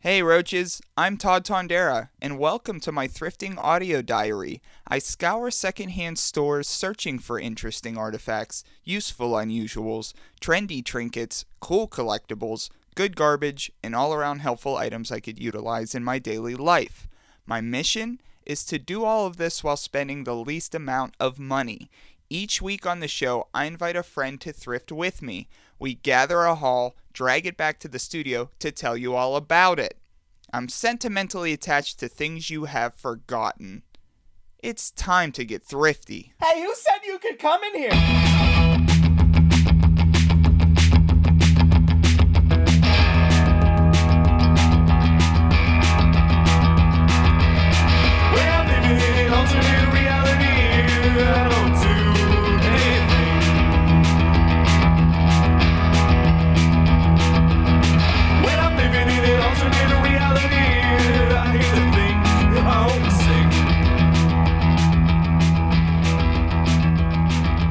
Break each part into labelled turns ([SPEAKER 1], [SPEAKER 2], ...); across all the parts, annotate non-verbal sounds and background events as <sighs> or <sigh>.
[SPEAKER 1] Hey Roaches, I'm Todd Tondera, and welcome to my thrifting audio diary. I scour secondhand stores searching for interesting artifacts, useful unusuals, trendy trinkets, cool collectibles, good garbage, and all around helpful items I could utilize in my daily life. My mission is to do all of this while spending the least amount of money. Each week on the show, I invite a friend to thrift with me. We gather a haul, drag it back to the studio to tell you all about it. I'm sentimentally attached to things you have forgotten. It's time to get thrifty.
[SPEAKER 2] Hey, who said you could come in here?
[SPEAKER 3] We're living in an alternate reality. I don't do anything. When I'm living in an alternate reality, I hate to think I won't sing.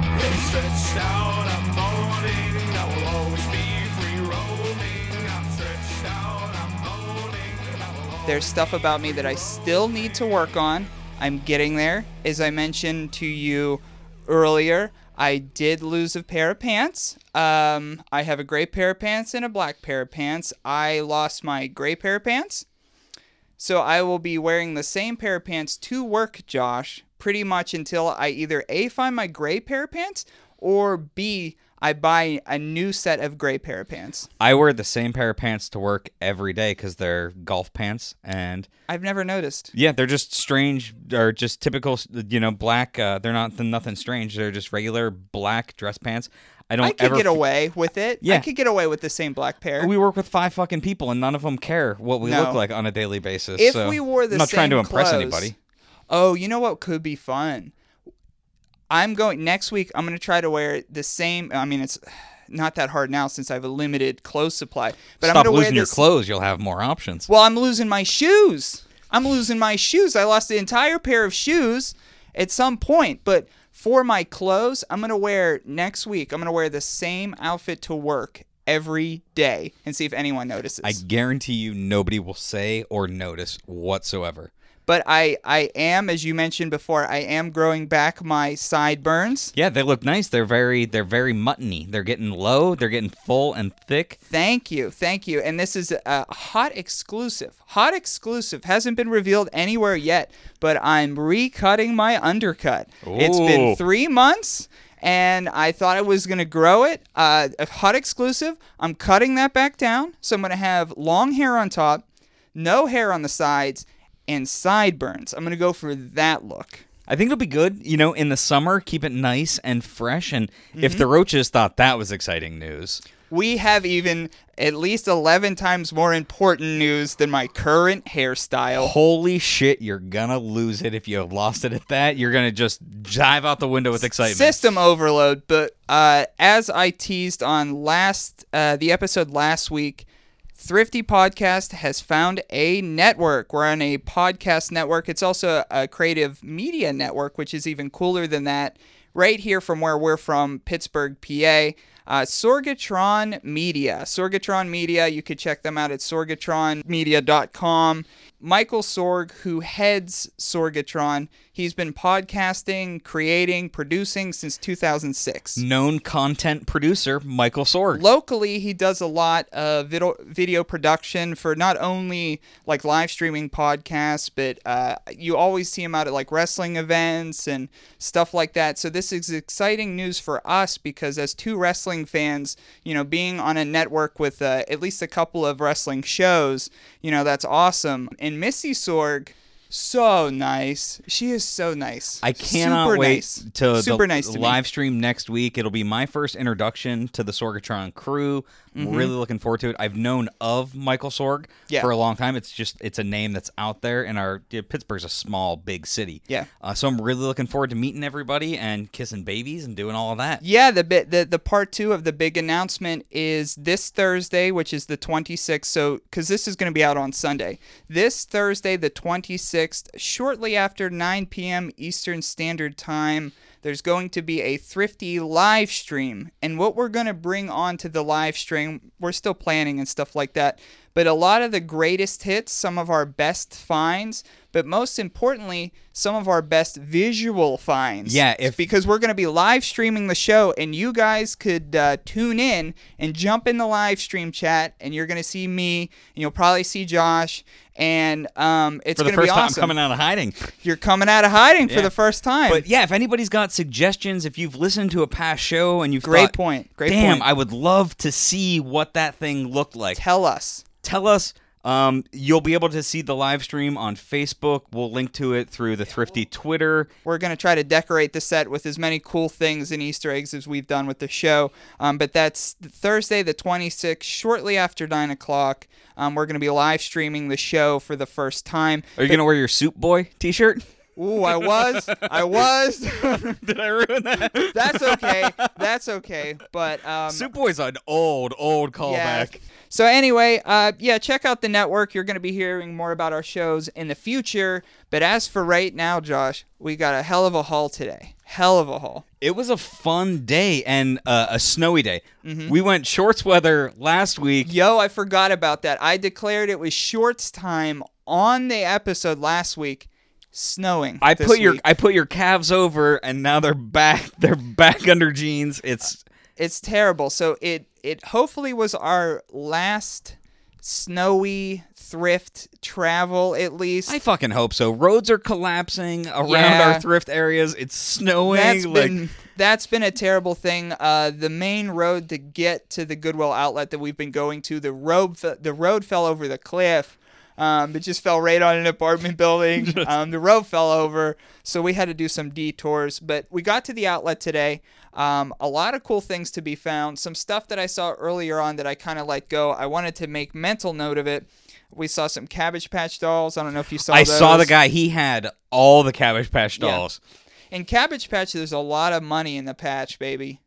[SPEAKER 3] And stretched out, I'm moaning. I will always be free roaming. I'm stretched out, I'm moaning. I will always
[SPEAKER 1] There's stuff about me that I still need to work on. I'm getting there. As I mentioned to you earlier, I did lose a pair of pants. Um, I have a gray pair of pants and a black pair of pants. I lost my gray pair of pants. So I will be wearing the same pair of pants to work, Josh, pretty much until I either A, find my gray pair of pants, or B, I buy a new set of gray pair of pants.
[SPEAKER 4] I wear the same pair of pants to work every day because they're golf pants, and
[SPEAKER 1] I've never noticed.
[SPEAKER 4] yeah, they're just strange or just typical, you know, black. Uh, they're not nothing strange. They're just regular black dress pants. I don't
[SPEAKER 1] I could
[SPEAKER 4] ever
[SPEAKER 1] get
[SPEAKER 4] f-
[SPEAKER 1] away with it. I
[SPEAKER 4] Yeah.
[SPEAKER 1] could get away with the same black pair.
[SPEAKER 4] We work with five fucking people, and none of them care what we
[SPEAKER 1] No.
[SPEAKER 4] look like on a daily basis.
[SPEAKER 1] if
[SPEAKER 4] so
[SPEAKER 1] we wore the
[SPEAKER 4] I'm not trying to
[SPEAKER 1] same
[SPEAKER 4] impress
[SPEAKER 1] clothes-
[SPEAKER 4] anybody.
[SPEAKER 1] Oh, you know what could be fun? I'm going next week. I'm going to try to wear the same. I mean, it's not that hard now since I have a limited clothes supply. But I'm
[SPEAKER 4] Stop
[SPEAKER 1] going to wear
[SPEAKER 4] losing your
[SPEAKER 1] this.
[SPEAKER 4] clothes; you'll have more options.
[SPEAKER 1] Well, I'm losing my shoes. I'm losing my shoes. I lost the entire pair of shoes at some point. But for my clothes, I'm going to wear next week, I'm going to wear the same outfit to work every day and see if anyone notices.
[SPEAKER 4] I guarantee you, nobody will say or notice whatsoever.
[SPEAKER 1] but I, I am, as you mentioned before, I am growing back my sideburns.
[SPEAKER 4] Yeah, they look nice. They're very, they're very muttony. They're getting low. They're getting full and thick.
[SPEAKER 1] Thank you. Thank you. And this is a hot exclusive. Hot exclusive. Hasn't been revealed anywhere yet, but I'm recutting my undercut. It's been
[SPEAKER 4] Ooh.
[SPEAKER 1] three months, and I thought I was going to grow it. Uh, a hot exclusive. I'm cutting that back down. So I'm going to have long hair on top, no hair on the sides, and sideburns. I'm going to go for that look.
[SPEAKER 4] I think it'll be good, you know, in the summer, keep it nice and fresh. And if the roaches thought that was exciting news,
[SPEAKER 1] We have even at least 11 times more important news than my current hairstyle.
[SPEAKER 4] holy shit, you're gonna lose it if you have lost it at that. You're gonna just dive out the window with excitement.
[SPEAKER 1] System overload, but uh, as I teased on last uh, the episode last week, Thrifty Podcast has found a network. We're on a podcast network. It's also a creative media network, which is even cooler than that. Right here from where we're from, Pittsburgh, PA. Uh, Sorgatron Media. Sorgatron Media, you could check them out at sorgatronmedia.com. Michael Sorg, who heads Sorgatron, he's been podcasting, creating, producing since 2006
[SPEAKER 4] Known content producer Michael Sorg.
[SPEAKER 1] locally he does a lot of video, video production for not only like live streaming podcasts but uh, you always see him out at like wrestling events and stuff like that so this is exciting news for us because as two wrestling fans you know being on a network with uh, at least a couple of wrestling shows you know that's awesome and missy sorg so nice she is so nice
[SPEAKER 4] I cannot
[SPEAKER 1] Super
[SPEAKER 4] wait
[SPEAKER 1] nice.
[SPEAKER 4] to
[SPEAKER 1] super
[SPEAKER 4] the
[SPEAKER 1] nice to me.
[SPEAKER 4] live stream next week. It'll be my first introduction to the Sorgatron crew. I'm Really looking forward to it. I've known of Michael Sorg
[SPEAKER 1] Mm-hmm. Yeah.
[SPEAKER 4] for a long time. It's just it's a name that's out there, and our yeah, Pittsburgh's a small, big city.
[SPEAKER 1] Yeah.
[SPEAKER 4] Uh, so I'm really looking forward to meeting everybody and kissing babies and doing all of that.
[SPEAKER 1] Yeah, the bit the, the part two of the big announcement is this Thursday, which is the 26th. So, because this is going to be out on Sunday, this Thursday, the 26th, shortly after 9 p.m. Eastern Standard Time, there's going to be a thrifty live stream. And what we're going to bring onto the live stream, we're still planning and stuff like that. but a lot of the greatest hits, some of our best finds, but most importantly, some of our best visual finds.
[SPEAKER 4] Yeah, if-
[SPEAKER 1] because we're going to be live streaming the show, and you guys could uh, tune in and jump in the live stream chat, and you're going to see me, and you'll probably see Josh, and um, it's
[SPEAKER 4] For the
[SPEAKER 1] going to be
[SPEAKER 4] first time
[SPEAKER 1] awesome.
[SPEAKER 4] coming out
[SPEAKER 1] <laughs>
[SPEAKER 4] of hiding.
[SPEAKER 1] You're coming out of hiding for
[SPEAKER 4] Yeah.
[SPEAKER 1] the first time.
[SPEAKER 4] But yeah, if anybody's got suggestions, if you've listened to a past show and you've
[SPEAKER 1] Great
[SPEAKER 4] thought,
[SPEAKER 1] point. Great
[SPEAKER 4] Damn,
[SPEAKER 1] point."
[SPEAKER 4] I would love to see what that thing looked like.
[SPEAKER 1] Tell us.
[SPEAKER 4] Tell us. Um, you'll be able to see the live stream on Facebook. We'll link to it through the Thrifty Twitter.
[SPEAKER 1] We're going to try to decorate the set with as many cool things and Easter eggs as we've done with the show. Um, but that's Thursday, the 26th, shortly after 9 o'clock. Um, we're going to be live streaming the show for the first time.
[SPEAKER 4] Are you gonna wear your Soup Boy T-shirt?
[SPEAKER 1] Ooh, I was. I was.
[SPEAKER 4] <laughs> Did I ruin that?
[SPEAKER 1] that's okay. That's okay. But um,
[SPEAKER 4] Soup Boy's an old, old callback.
[SPEAKER 1] Yeah. So anyway, uh, yeah, check out the network. You're going to be hearing more about our shows in the future. But as for right now, Josh, we got a hell of a haul today. Hell of a haul.
[SPEAKER 4] It was a fun day and uh, a snowy day.
[SPEAKER 1] Mm-hmm.
[SPEAKER 4] We went shorts weather last week.
[SPEAKER 1] Yo, I forgot about that. I declared it was shorts time on the episode last week. Snowing.
[SPEAKER 4] I
[SPEAKER 1] this
[SPEAKER 4] put your
[SPEAKER 1] week.
[SPEAKER 4] I put your calves over, and now they're back. <laughs> They're back under jeans. It's
[SPEAKER 1] It's terrible. So it it hopefully was our last snowy thrift travel at least.
[SPEAKER 4] I fucking hope so. Roads are collapsing around
[SPEAKER 1] Yeah.
[SPEAKER 4] our thrift areas. It's snowing.
[SPEAKER 1] That's
[SPEAKER 4] like
[SPEAKER 1] been that's been a terrible thing. Uh, the main road to get to the Goodwill outlet that we've been going to, the road fe- the road fell over the cliff. Um, it just fell right on an apartment
[SPEAKER 4] <laughs>
[SPEAKER 1] building. Um, the road fell over, so we had to do some detours. But we got to the outlet today. Um, a lot of cool things to be found. Some stuff that I saw earlier on that I kind of let go. I wanted to make mental note of it. We saw some Cabbage Patch dolls. I don't know if you saw.
[SPEAKER 4] I saw the
[SPEAKER 1] those.
[SPEAKER 4] guy. He had all the Cabbage Patch
[SPEAKER 1] Yeah.
[SPEAKER 4] dolls.
[SPEAKER 1] in Cabbage Patch. There's a lot of money in the patch, baby.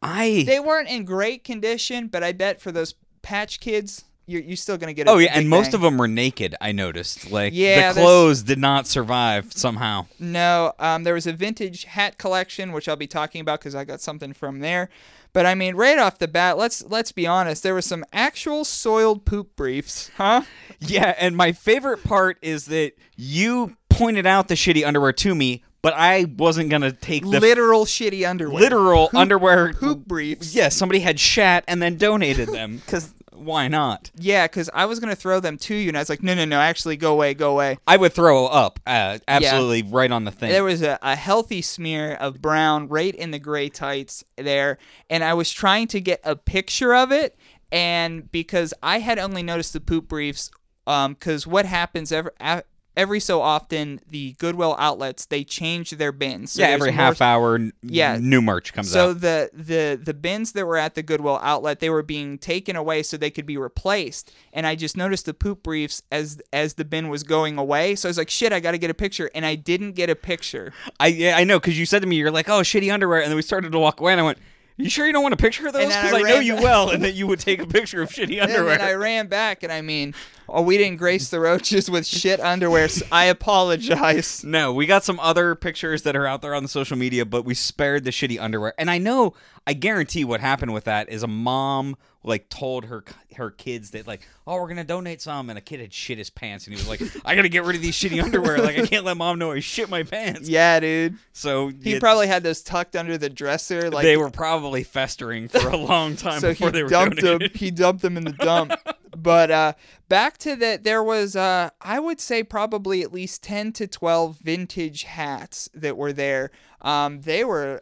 [SPEAKER 4] I
[SPEAKER 1] they weren't in great condition, but I bet for those patch kids, you're, you're still gonna get. A
[SPEAKER 4] oh yeah,
[SPEAKER 1] big
[SPEAKER 4] and most
[SPEAKER 1] bang.
[SPEAKER 4] of them were naked. I noticed. Like
[SPEAKER 1] Yeah, there's-
[SPEAKER 4] the clothes did not survive somehow.
[SPEAKER 1] No, um, there was a vintage hat collection, which I'll be talking about because I got something from there. But I mean, right off the bat, let's let's be honest. There were some actual soiled poop briefs, huh?
[SPEAKER 4] Yeah, and my favorite part is that you pointed out the shitty underwear to me, but I wasn't gonna take the
[SPEAKER 1] Literal shitty underwear.
[SPEAKER 4] literal underwear
[SPEAKER 1] poop briefs.
[SPEAKER 4] Yeah, somebody had shat and then donated them because why not?
[SPEAKER 1] Yeah, because I was gonna throw them to you, and I was like, no, no, no, actually, go away, go away.
[SPEAKER 4] I would throw up uh, absolutely right on the thing.
[SPEAKER 1] There was a, a healthy smear of brown right in the gray tights there, and I was trying to get a picture of it, and because I had only noticed the poop briefs, because what happens every a- every so often, the Goodwill outlets they change their bins. So
[SPEAKER 4] yeah,
[SPEAKER 1] there's
[SPEAKER 4] every
[SPEAKER 1] more-
[SPEAKER 4] half hour, n-
[SPEAKER 1] Yeah.
[SPEAKER 4] new merch comes
[SPEAKER 1] So
[SPEAKER 4] out.
[SPEAKER 1] the the the bins that were at the Goodwill outlet they were being taken away so they could be replaced, and I just noticed the poop briefs as as the bin was going away. So I was like, shit, I got to get a picture, and I didn't get a picture.
[SPEAKER 4] I yeah, I know because you said to me, you're like, oh, shitty underwear, and then we started to walk away, and I went. You sure you don't want a picture of those?
[SPEAKER 1] And then
[SPEAKER 4] Because
[SPEAKER 1] I
[SPEAKER 4] I, know
[SPEAKER 1] ran
[SPEAKER 4] you
[SPEAKER 1] back. <laughs>
[SPEAKER 4] well, and that you would take a picture of shitty underwear.
[SPEAKER 1] And then I ran back, and I mean, oh, we didn't grace the roaches with shit underwear. So I apologize.
[SPEAKER 4] <laughs> No, we got some other pictures that are out there on the social media, but we spared the shitty underwear. And I know, I guarantee what happened with that is a mom like told her her kids that like, "Oh, we're going to donate some." And a kid had shit his pants and he was like, <laughs> "I got to get rid of these shitty underwear. Like I can't let mom know I shit my pants."
[SPEAKER 1] Yeah, dude.
[SPEAKER 4] So
[SPEAKER 1] He
[SPEAKER 4] yeah,
[SPEAKER 1] probably had those tucked under the dresser, like
[SPEAKER 4] they were probably festering for a long
[SPEAKER 1] <laughs>
[SPEAKER 4] time
[SPEAKER 1] so
[SPEAKER 4] before
[SPEAKER 1] he
[SPEAKER 4] they were
[SPEAKER 1] dumped
[SPEAKER 4] donated.
[SPEAKER 1] them. <laughs> He dumped them in the dump. but uh, back to that, there was uh, I would say probably at least ten to twelve vintage hats that were there. Um, they were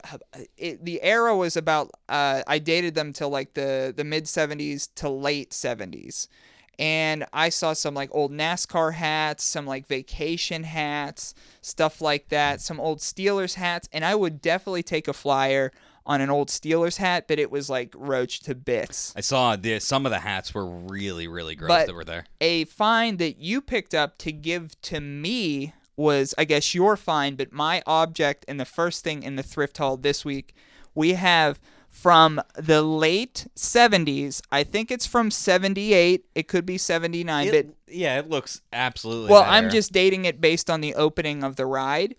[SPEAKER 1] it, the era was about. Uh, I dated them till like the the mid seventies to late seventies. And I saw some like old NASCAR hats, some like vacation hats, stuff like that, some old Steelers hats. And I would definitely take a flyer on an old Steelers hat, but it was like roached to bits.
[SPEAKER 4] I saw the some of the hats were really really gross
[SPEAKER 1] But-
[SPEAKER 4] that were there.
[SPEAKER 1] a find that you picked up to give to me was i guess your find but my object and the first thing in the thrift haul this week we have from the late 70s i think it's from 78 it could be 79 but
[SPEAKER 4] It- yeah, it looks absolutely
[SPEAKER 1] well
[SPEAKER 4] that
[SPEAKER 1] i'm
[SPEAKER 4] era.
[SPEAKER 1] just dating it based on the opening of the ride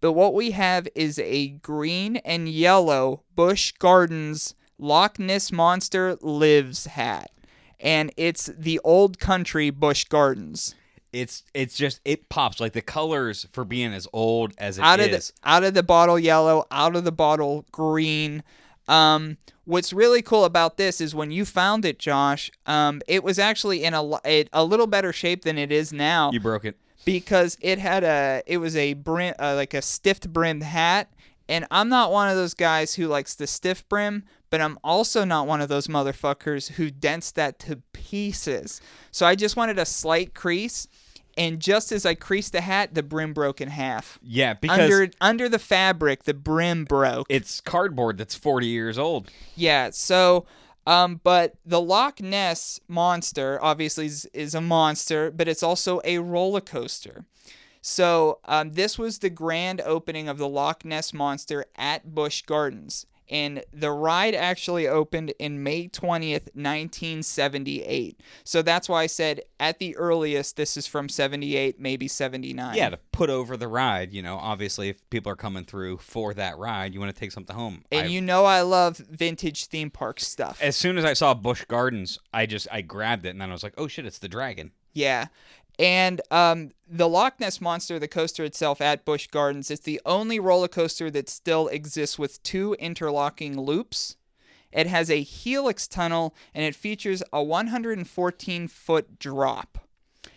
[SPEAKER 1] but what we have is a green and yellow bush gardens loch ness monster lives hat and it's the old country Bush Gardens.
[SPEAKER 4] It's it's just it pops like the colors for being as old as it is.
[SPEAKER 1] out of the out of the bottle yellow, out of the bottle green. Um, what's really cool about this is when you found it, Josh, um, it was actually in a, li- it, a little better shape than it is now
[SPEAKER 4] you broke it.
[SPEAKER 1] because it had a it was a brim uh, like a stiff brimmed hat, and I'm not one of those guys who likes the stiff brim, but I'm also not one of those motherfuckers who dents that to pieces. So I just wanted a slight crease, and just as I creased the hat, the brim broke in half
[SPEAKER 4] Yeah, because
[SPEAKER 1] under under the fabric the brim broke
[SPEAKER 4] it's cardboard that's 40 years old.
[SPEAKER 1] yeah so um but the loch ness monster obviously is, is a monster but it's also a roller coaster so um, this was the grand opening of the loch ness monster at busch gardens and the ride actually opened in May 20th, 1978. So that's why I said at the earliest, this is from 78, maybe 79.
[SPEAKER 4] Yeah, to put over the ride, you know, obviously if people are coming through for that ride, you want to take something home.
[SPEAKER 1] And
[SPEAKER 4] I-
[SPEAKER 1] you know I love vintage theme park stuff.
[SPEAKER 4] as soon as I saw Bush Gardens, I just I grabbed it and then I was like, "Oh shit, it's the dragon."
[SPEAKER 1] Yeah. And um, the Loch Ness Monster, the coaster itself at Busch Gardens, it's the only roller coaster that still exists with two interlocking loops. It has a helix tunnel and it features a 114 foot drop.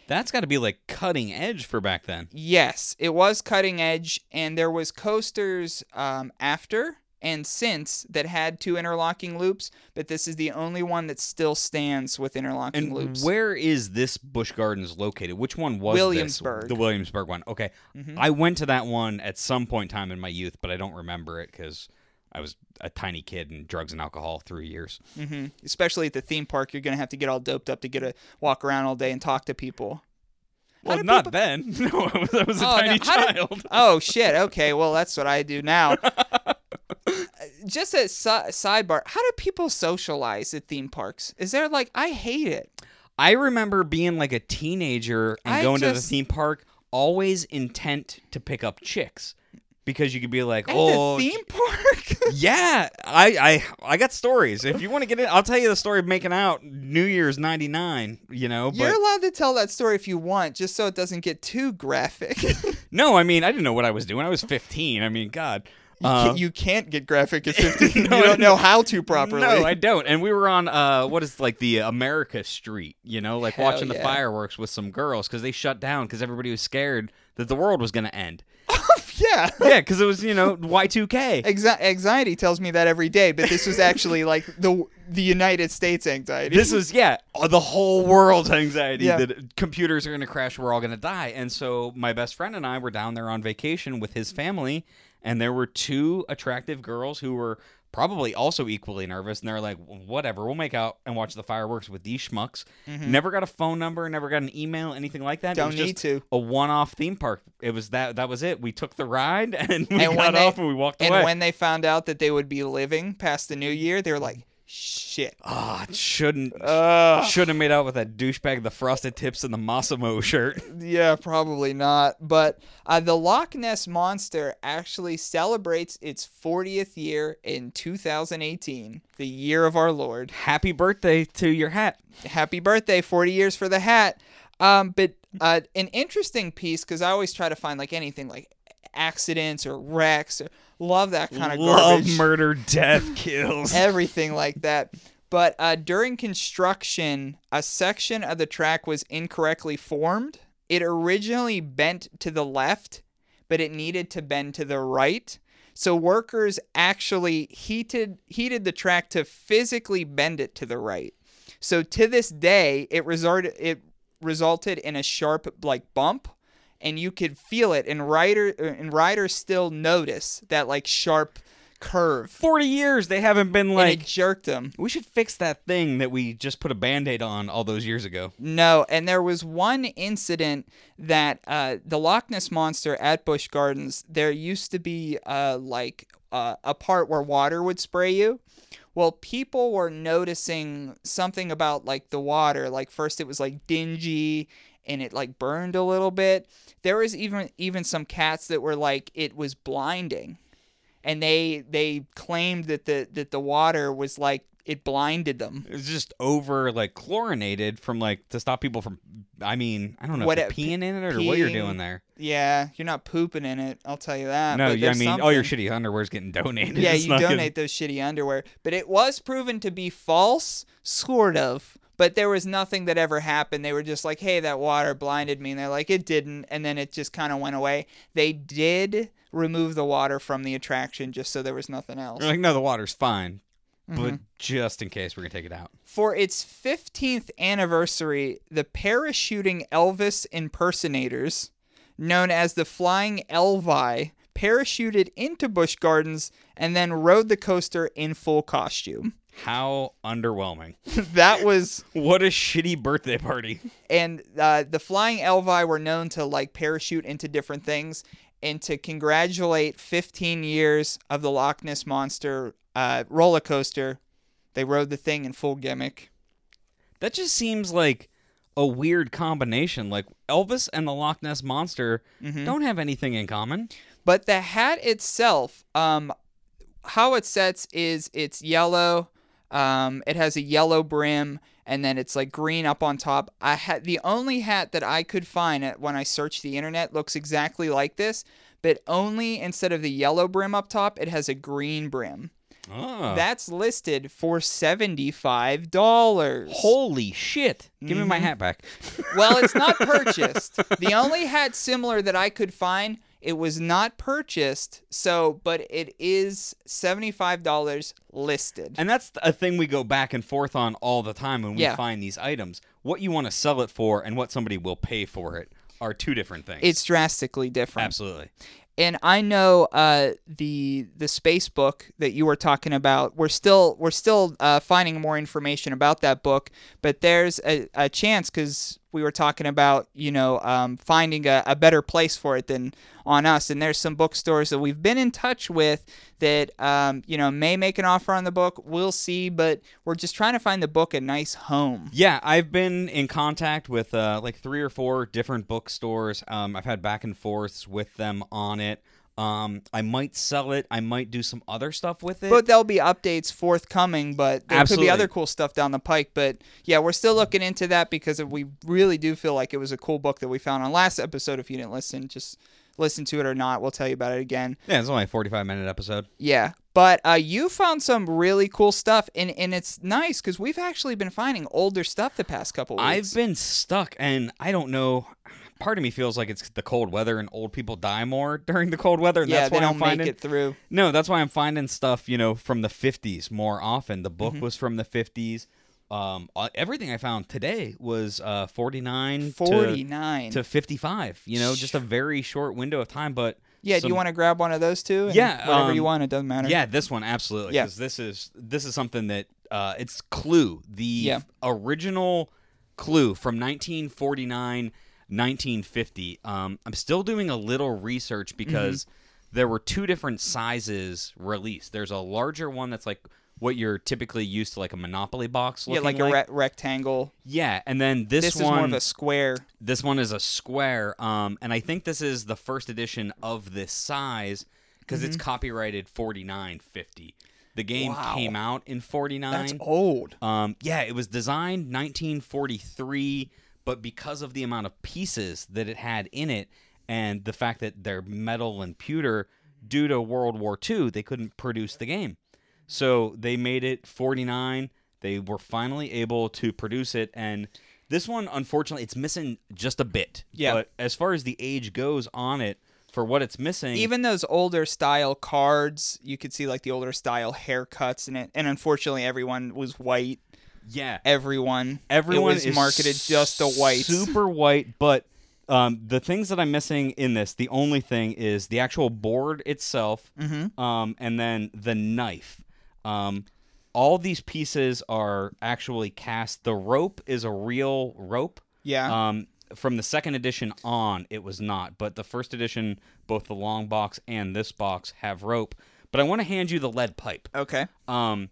[SPEAKER 4] That's got to be like cutting edge for back then.
[SPEAKER 1] Yes, it was cutting edge, and there was coasters um, after and since that had two interlocking loops, but this is the only one that still stands with interlocking
[SPEAKER 4] And
[SPEAKER 1] loops.
[SPEAKER 4] where is this Bush Gardens located? Which one was this?
[SPEAKER 1] Williamsburg.
[SPEAKER 4] The Williamsburg Mm-hmm. one. Okay, I went to that one at some point in time in my youth, but I don't remember it because I was a tiny kid and drugs and alcohol through years.
[SPEAKER 1] especially at the theme park, you're gonna have to get all doped up to get a walk around all day and talk to
[SPEAKER 4] <laughs>
[SPEAKER 1] people.
[SPEAKER 4] Well,
[SPEAKER 1] do
[SPEAKER 4] not then. <laughs> No, I was, I was a
[SPEAKER 1] Oh,
[SPEAKER 4] tiny
[SPEAKER 1] no, how did-
[SPEAKER 4] child.
[SPEAKER 1] <laughs> Oh shit. Okay. Well, that's what I do
[SPEAKER 4] <laughs>
[SPEAKER 1] now. Uh, Just a si- sidebar. How do people socialize at theme parks? Is there like I hate it.
[SPEAKER 4] I remember being like a teenager and
[SPEAKER 1] I
[SPEAKER 4] going to the
[SPEAKER 1] just-
[SPEAKER 4] theme park, always intent to pick up chicks because you could be like,
[SPEAKER 1] At
[SPEAKER 4] "Oh,
[SPEAKER 1] the theme park. <laughs>
[SPEAKER 4] yeah, I, I, I got stories. If you want to get in, I'll tell you the story of making out New Year's '99. You know, but
[SPEAKER 1] You're allowed to tell that story if you want, just so it doesn't get too graphic. <laughs> You
[SPEAKER 4] no, I mean, I didn't know what I was doing. I was 15. I mean, God, Uh,
[SPEAKER 1] can't- you can't get graphic at 15.
[SPEAKER 4] <laughs> No,
[SPEAKER 1] you don't
[SPEAKER 4] I-
[SPEAKER 1] know how to properly.
[SPEAKER 4] No, I don't. And we were on uh, what is like the America Street, you know, like
[SPEAKER 1] Hell
[SPEAKER 4] watching the
[SPEAKER 1] yeah.
[SPEAKER 4] fireworks with some girls because they shut down because everybody was scared that the world was going to end.
[SPEAKER 1] <laughs> yeah.
[SPEAKER 4] yeah, because it was you know Y2K.
[SPEAKER 1] Exi- anxiety tells me that every day, but this was <laughs> actually like the the United States anxiety.
[SPEAKER 4] This was yeah, uh, the whole world's anxiety
[SPEAKER 1] Yeah.
[SPEAKER 4] that computers are going to crash, we're all going to die. And so my best friend and I were down there on vacation with his family, and there were two attractive girls who were probably also equally nervous, and they're like, whatever, we'll make out and watch the fireworks with these schmucks. Never got a phone number, never got an email, anything like that. It
[SPEAKER 1] Mm-hmm. Don't
[SPEAKER 4] was
[SPEAKER 1] need
[SPEAKER 4] just
[SPEAKER 1] to.
[SPEAKER 4] A one-off theme park. It was that. That was it. We took the ride <laughs> and we
[SPEAKER 1] And when
[SPEAKER 4] got
[SPEAKER 1] they-
[SPEAKER 4] off and we walked
[SPEAKER 1] and
[SPEAKER 4] away.
[SPEAKER 1] when they found out that they would be living past the new year, they were like, "Shit."
[SPEAKER 4] Ah, it shouldn't
[SPEAKER 1] Uh,
[SPEAKER 4] Should have made out with that douchebag, the frosted tips, and the Massimo shirt.
[SPEAKER 1] yeah, probably not. But uh, the Loch Ness monster actually celebrates its 40th year in 2018, the year of our Lord.
[SPEAKER 4] Happy birthday to your hat.
[SPEAKER 1] happy birthday 40 years for the hat um, but uh, an interesting piece because i always try to find like anything like accidents or wrecks or love that kind of
[SPEAKER 4] Love,
[SPEAKER 1] garbage
[SPEAKER 4] murder, death, kills.
[SPEAKER 1] everything like that but uh, during construction a section of the track was incorrectly formed it originally bent to the left but it needed to bend to the right so workers actually heated heated the track to physically bend it to the right so to this day, it resulted it resulted in a sharp like bump, and you could feel it. And rider er, and riders still notice that like sharp curve,
[SPEAKER 4] Forty years they haven't been
[SPEAKER 1] and
[SPEAKER 4] like.
[SPEAKER 1] it jerked them.
[SPEAKER 4] We should fix that thing that we just put a band-aid on all those years ago.
[SPEAKER 1] No, and there was one incident that uh, the Loch Ness monster at Busch Gardens. There used to be uh, like uh, a part where water would spray you. Well, people were noticing something about like the water. Like first, it was like dingy, and it like burned a little bit. There was even even some cats that were like it was blinding and they they claimed that the that the water was like it blinded them.
[SPEAKER 4] It's just over like chlorinated from like to stop people from. I mean, I don't know
[SPEAKER 1] What
[SPEAKER 4] if
[SPEAKER 1] it-
[SPEAKER 4] you're peeing in it or what you're
[SPEAKER 1] peeing-
[SPEAKER 4] doing there.
[SPEAKER 1] Yeah, you're not pooping in it. I'll tell you that.
[SPEAKER 4] No,
[SPEAKER 1] but
[SPEAKER 4] yeah, I
[SPEAKER 1] there's
[SPEAKER 4] mean, all your
[SPEAKER 1] something.
[SPEAKER 4] shitty underwear's getting donated.
[SPEAKER 1] Yeah,
[SPEAKER 4] It's
[SPEAKER 1] you
[SPEAKER 4] not
[SPEAKER 1] donate
[SPEAKER 4] getting-
[SPEAKER 1] those shitty underwear. But it was proven to be false, sort of. But there was nothing that ever happened. They were just like, hey, that water blinded me. And they're like, it didn't. And then it just kind of went away. They did remove the water from the attraction just so there was nothing else. Mm-hmm.
[SPEAKER 4] They're like, no, the water's fine, but just in case, we're gonna take it out.
[SPEAKER 1] For its 15th anniversary, the parachuting Elvis impersonators, known as the Flying Elvi, parachuted into Busch Gardens and then rode the coaster in full costume. <laughs>
[SPEAKER 4] How underwhelming!
[SPEAKER 1] that was,
[SPEAKER 4] What a shitty birthday party.
[SPEAKER 1] and uh, the Flying Elvi were known to like parachute into different things and to congratulate 15 years of the Loch Ness Monster uh, roller coaster. They rode the thing in full gimmick.
[SPEAKER 4] That just seems like a weird combination. Like Elvis and the Loch Ness monster
[SPEAKER 1] Mm-hmm.
[SPEAKER 4] don't have anything in common.
[SPEAKER 1] But the hat itself, um, how it sets is it's yellow. Um, it has a yellow brim, and then it's like green up on top. I had the only hat that I could find at- when I searched the internet looks exactly like this, but only instead of the yellow brim up top, it has a green brim.
[SPEAKER 4] Oh.
[SPEAKER 1] That's listed for seventy five dollars.
[SPEAKER 4] Holy shit! Give me my
[SPEAKER 1] Mm-hmm.
[SPEAKER 4] hat back.
[SPEAKER 1] Well, it's not purchased. the only hat similar that I could find, it was not purchased. So, but it is seventy-five dollars listed.
[SPEAKER 4] And that's a thing we go back and forth on all the time when we
[SPEAKER 1] Yeah.
[SPEAKER 4] find these items. What you want to sell it for and what somebody will pay for it are two different things.
[SPEAKER 1] It's drastically different.
[SPEAKER 4] Absolutely.
[SPEAKER 1] And I know uh, the the space book that you were talking about. We're still we're still uh, finding more information about that book, but there's a, a chance because we were talking about you know um, finding a, a better place for it than on us. And there's some bookstores that we've been in touch with that um, you know may make an offer on the book. We'll see, but we're just trying to find the book a nice home.
[SPEAKER 4] Yeah, I've been in contact with uh, like three or four different bookstores. Um, I've had back and forths with them on it. Um, I might sell it. I might do some other stuff with it.
[SPEAKER 1] But there'll be updates forthcoming, but there
[SPEAKER 4] Absolutely.
[SPEAKER 1] could be other cool stuff down the pike. But yeah, we're still looking into that because we really do feel like it was a cool book that we found on last episode. If you didn't listen, just listen to it or not. We'll tell you about it again.
[SPEAKER 4] yeah, it's only a forty-five minute episode.
[SPEAKER 1] Yeah. But uh, you found some really cool stuff, and, and it's nice because we've actually been finding older stuff the past couple weeks.
[SPEAKER 4] I've been stuck, and I don't know. Part of me feels like it's the cold weather, and old people die more <laughs> during the cold weather, and
[SPEAKER 1] yeah,
[SPEAKER 4] that's
[SPEAKER 1] they
[SPEAKER 4] why
[SPEAKER 1] don't
[SPEAKER 4] I'm finding
[SPEAKER 1] make it through.
[SPEAKER 4] No, that's why I'm finding stuff, you know, from the 50s more often. The book
[SPEAKER 1] Mm-hmm.
[SPEAKER 4] was from the 50s. Um, uh, everything I found today was uh, 49 to-
[SPEAKER 1] 49.
[SPEAKER 4] to, 55. You know, just a very short window of time. But
[SPEAKER 1] yeah, do
[SPEAKER 4] some-
[SPEAKER 1] you want to grab one of those too? And
[SPEAKER 4] Yeah,
[SPEAKER 1] Whatever you
[SPEAKER 4] um,
[SPEAKER 1] want, it doesn't matter.
[SPEAKER 4] Yeah, this one absolutely.
[SPEAKER 1] Yeah.
[SPEAKER 4] Because this is this is something that uh, it's Clue, the
[SPEAKER 1] Yeah.
[SPEAKER 4] original Clue from 1949, 1950. Um, I'm still doing a little
[SPEAKER 1] Mm-hmm.
[SPEAKER 4] research because there were two different sizes released. There's a larger one that's like what you're typically used to, like a Monopoly box.
[SPEAKER 1] Yeah, like,
[SPEAKER 4] Looking
[SPEAKER 1] a re- rectangle.
[SPEAKER 4] yeah, and then this,
[SPEAKER 1] This, is
[SPEAKER 4] one
[SPEAKER 1] more of a square.
[SPEAKER 4] this one is a square, um, and I think this is the first edition of this size because it's copyrighted forty nine fifty. The game
[SPEAKER 1] Mm-hmm. Wow.
[SPEAKER 4] came out in forty
[SPEAKER 1] That's
[SPEAKER 4] nine.
[SPEAKER 1] old.
[SPEAKER 4] Um, yeah, it was designed nineteen forty three, but because of the amount of pieces that it had in it, and the fact that they're metal and pewter, due to World War II, they couldn't produce the game. So they made it 49. They were finally able to produce it. And this one, unfortunately, it's missing just a bit.
[SPEAKER 1] Yeah.
[SPEAKER 4] But as far as the age goes on it, for what it's missing,
[SPEAKER 1] even those older style cards, you could see like the older style haircuts in it. And unfortunately, everyone was white.
[SPEAKER 4] yeah,
[SPEAKER 1] Everyone,
[SPEAKER 4] everyone
[SPEAKER 1] it was
[SPEAKER 4] is
[SPEAKER 1] marketed just to white.
[SPEAKER 4] super white. But um, the things that I'm missing in this, the only thing is the actual board itself,
[SPEAKER 1] Mm-hmm.
[SPEAKER 4] um, and then the knife. Um, all these pieces are actually cast. The rope is a real rope.
[SPEAKER 1] Yeah.
[SPEAKER 4] Um, from the second edition on, it was not. But the first edition, both the long box and this box have rope. But I want to hand you the lead pipe.
[SPEAKER 1] Okay.
[SPEAKER 4] Um,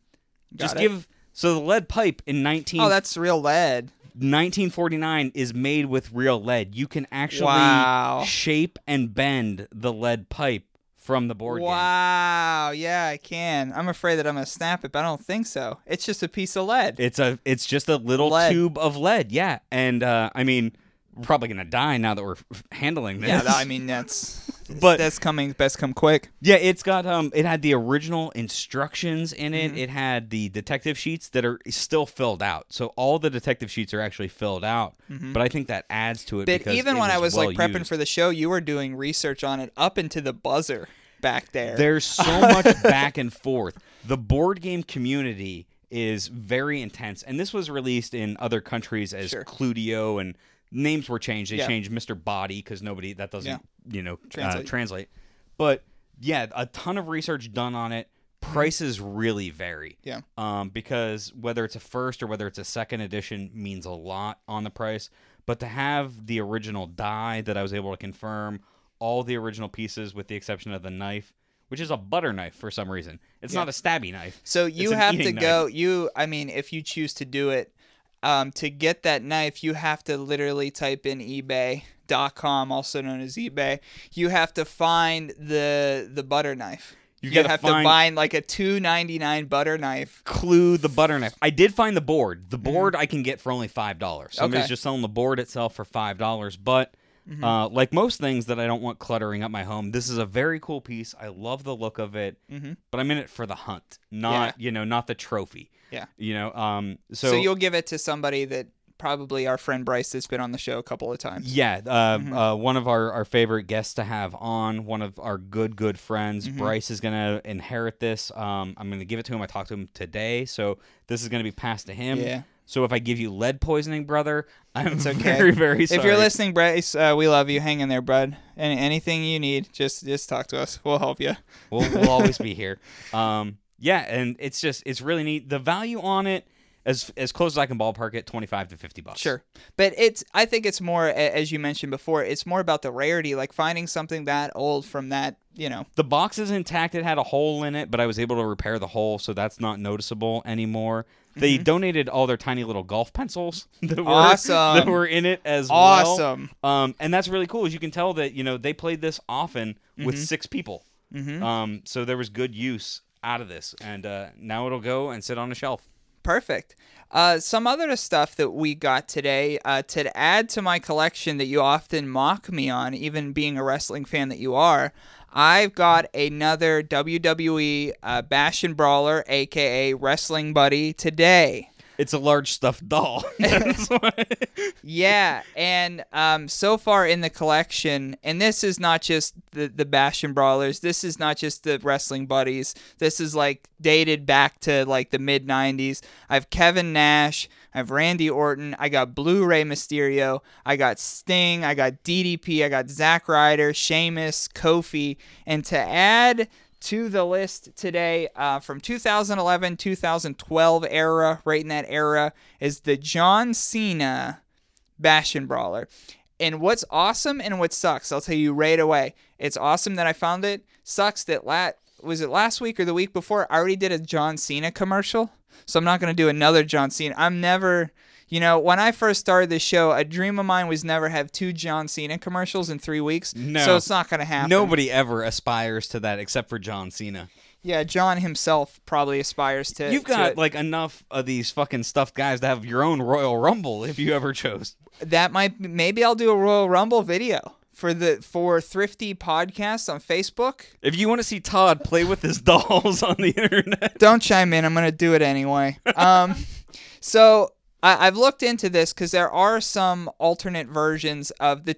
[SPEAKER 4] just
[SPEAKER 1] it.
[SPEAKER 4] give. So the lead pipe in 19
[SPEAKER 1] Oh, that's real lead.
[SPEAKER 4] 1949 is made with real lead. You can actually
[SPEAKER 1] Wow.
[SPEAKER 4] shape and bend the lead pipe from the board game.
[SPEAKER 1] Wow. Yeah, I can. I'm afraid that I'm going to snap it, but I don't think so. It's just a piece of lead.
[SPEAKER 4] It's a it's just a little
[SPEAKER 1] Lead.
[SPEAKER 4] tube of lead, yeah. And uh, I mean, we're probably gonna die now that we're f- handling this.
[SPEAKER 1] yeah, I mean,
[SPEAKER 4] <laughs>
[SPEAKER 1] that's.
[SPEAKER 4] But-
[SPEAKER 1] that's coming. Best come quick.
[SPEAKER 4] Yeah, it's got um it had the original instructions in it.
[SPEAKER 1] Mm-hmm.
[SPEAKER 4] It had the detective sheets that are still filled out. So all the detective sheets are actually filled out. But I think that adds to it
[SPEAKER 1] Mm-hmm. But
[SPEAKER 4] because
[SPEAKER 1] even
[SPEAKER 4] it
[SPEAKER 1] when I was like
[SPEAKER 4] well
[SPEAKER 1] prepping
[SPEAKER 4] used.
[SPEAKER 1] for the show, you were doing research on it up into the buzzer back there. <laughs>
[SPEAKER 4] There's so much back and forth. The board game community is very intense, and this was released in other countries as
[SPEAKER 1] Sure.
[SPEAKER 4] Cludio, and names were changed. They
[SPEAKER 1] Yeah.
[SPEAKER 4] changed Mr. Body because nobody that doesn't
[SPEAKER 1] Yeah.
[SPEAKER 4] you know
[SPEAKER 1] Translate.
[SPEAKER 4] translate. Uh, translate. But yeah, a ton of research done on it. Prices really vary.
[SPEAKER 1] Mm-hmm. Yeah.
[SPEAKER 4] Um, because whether it's a first or whether it's a second edition means a lot on the price. But to have the original die that I was able to confirm, all the original pieces with the exception of the knife, which is a butter knife for some reason. It's not a stabby knife.
[SPEAKER 1] So you
[SPEAKER 4] an
[SPEAKER 1] have to
[SPEAKER 4] eating
[SPEAKER 1] go. You, I mean, if you choose to do it, um, to get that knife, you have to literally type in eBay.com, also known as eBay. You have to find the the butter knife.
[SPEAKER 4] You
[SPEAKER 1] You,
[SPEAKER 4] gotta
[SPEAKER 1] have to
[SPEAKER 4] find-
[SPEAKER 1] find like a two ninety nine butter knife.
[SPEAKER 4] Clue the butter knife. I did find the board. The board I can get for only five dollars. Somebody's
[SPEAKER 1] Mm-hmm. Okay. Mm-hmm.
[SPEAKER 4] just selling the board itself for five dollars. But uh, like most things that I don't want cluttering up my home, this is a very cool piece. I love the look of it.
[SPEAKER 1] Mm-hmm.
[SPEAKER 4] But I'm in it for the hunt, not you know, not the trophy.
[SPEAKER 1] Yeah.
[SPEAKER 4] You know, um, so,
[SPEAKER 1] So, you'll give it to somebody that probably our friend Bryce has been on the show a couple of times.
[SPEAKER 4] yeah, uh,
[SPEAKER 1] Mm-hmm.
[SPEAKER 4] uh, one of our, our favorite guests to have on, one of our good, good friends.
[SPEAKER 1] Mm-hmm.
[SPEAKER 4] Bryce is going to inherit this. Um, I'm going to give it to him. I talked to him today. So this is going to be passed to him.
[SPEAKER 1] Yeah.
[SPEAKER 4] So if I give you lead poisoning, brother, I'm <laughs>
[SPEAKER 1] okay.
[SPEAKER 4] very, very sorry.
[SPEAKER 1] If you're listening, Bryce, uh, we love you. Hang in there, bud. And anything you need, just just talk to us. We'll help you.
[SPEAKER 4] we'll, we'll always be here. Um, yeah, and it's just it's really neat. The value on it, as as close as I can ballpark it, twenty five to fifty bucks.
[SPEAKER 1] Sure. But it's I think it's more a- as you mentioned before, it's more about the rarity, like finding something that old from that, you know.
[SPEAKER 4] The box is intact. It had a hole in it, but I was able to repair the hole, so that's not noticeable anymore. They
[SPEAKER 1] Mm-hmm.
[SPEAKER 4] donated all their tiny little golf pencils <laughs> that were
[SPEAKER 1] Awesome.
[SPEAKER 4] that were in it as
[SPEAKER 1] Awesome.
[SPEAKER 4] well. Um, and that's really cool. As you can tell that you know they played this often with
[SPEAKER 1] Mm-hmm.
[SPEAKER 4] six people. Um, so there was good use out of this, and uh, now it'll go and sit on a shelf.
[SPEAKER 1] Perfect. Uh, some other stuff that we got today uh, to add to my collection that you often mock me on, even being a wrestling fan that you are. I've got another WWE uh, Bash and Brawler, aka Wrestling Buddy, today.
[SPEAKER 4] It's a large stuffed doll. <laughs> That's
[SPEAKER 1] <laughs>
[SPEAKER 4] why-
[SPEAKER 1] Yeah, and um, so far in the collection, and this is not just the the Bash and Brawlers. This is not just the wrestling buddies. This is like dated back to like the mid '90s. I've Kevin Nash. I've Randy Orton. I got Blu-ray Mysterio. I got Sting. I got DDP. I got Zack Ryder, Sheamus, Kofi, and to add to the list today uh, from 2011 2012 era right in that era is the john cena Bash and Brawler. And what's awesome and what sucks, I'll tell you right away. It's awesome that I found it. Sucks that lat was it last week or the week before? I already did a John Cena commercial, so I'm not gonna do another John Cena. I'm never, you know, when I first started this show, a dream of mine was never have two John Cena commercials in three weeks.
[SPEAKER 4] No.
[SPEAKER 1] so it's not gonna happen.
[SPEAKER 4] Nobody ever aspires to that except for John Cena.
[SPEAKER 1] Yeah, John himself probably aspires to.
[SPEAKER 4] You've
[SPEAKER 1] to
[SPEAKER 4] got
[SPEAKER 1] it.
[SPEAKER 4] like enough of these fucking stuffed guys to have your own Royal Rumble if you ever chose.
[SPEAKER 1] that might maybe I'll do a Royal Rumble video for the for Thrifty Podcast on Facebook.
[SPEAKER 4] If you want to see Todd play with his <laughs> dolls on the internet,
[SPEAKER 1] don't chime in. I'm gonna do it anyway. Um, so I, I've looked into this because there are some alternate versions of the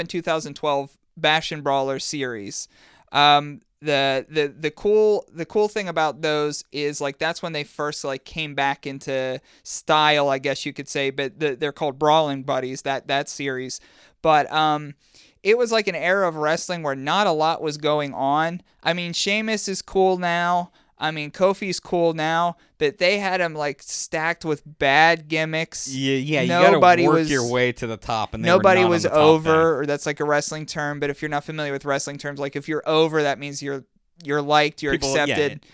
[SPEAKER 1] 2011-2012 Bash and Brawler series. Um, the the the cool the cool thing about those is like that's when they first like came back into style, I guess you could say. But the, they're called Brawling Buddies. That that series, but um it was like an era of wrestling where not a lot was going on. I mean, Sheamus is cool now. I mean, Kofi's cool now, but they had him like stacked with bad gimmicks.
[SPEAKER 4] yeah, yeah you
[SPEAKER 1] Nobody
[SPEAKER 4] gotta work
[SPEAKER 1] was-
[SPEAKER 4] your way to the top. And they were
[SPEAKER 1] Nobody
[SPEAKER 4] not on
[SPEAKER 1] was
[SPEAKER 4] the top
[SPEAKER 1] over, or that's like a wrestling term. But if you're not familiar with wrestling terms, like if you're over, that means you're you're liked, you're
[SPEAKER 4] People- yeah,
[SPEAKER 1] accepted,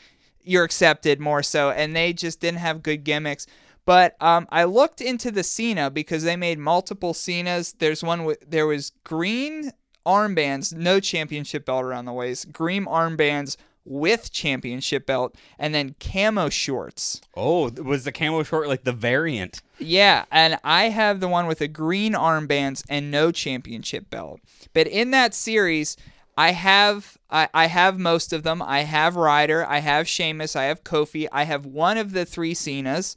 [SPEAKER 1] you're accepted more so. And they just didn't have good gimmicks. But um, I looked into the Cena because they made multiple Cenas. There's one with there was green armbands, no championship belt around the waist, green armbands with championship belt, and then camo shorts.
[SPEAKER 4] Oh, th- was the camo short like the variant?
[SPEAKER 1] Yeah, and I have the one with the green armbands and no championship belt. But in that series, I have I, I have most of them. I have Ryder, I have Sheamus, I have Kofi, I have one of the three Cenas.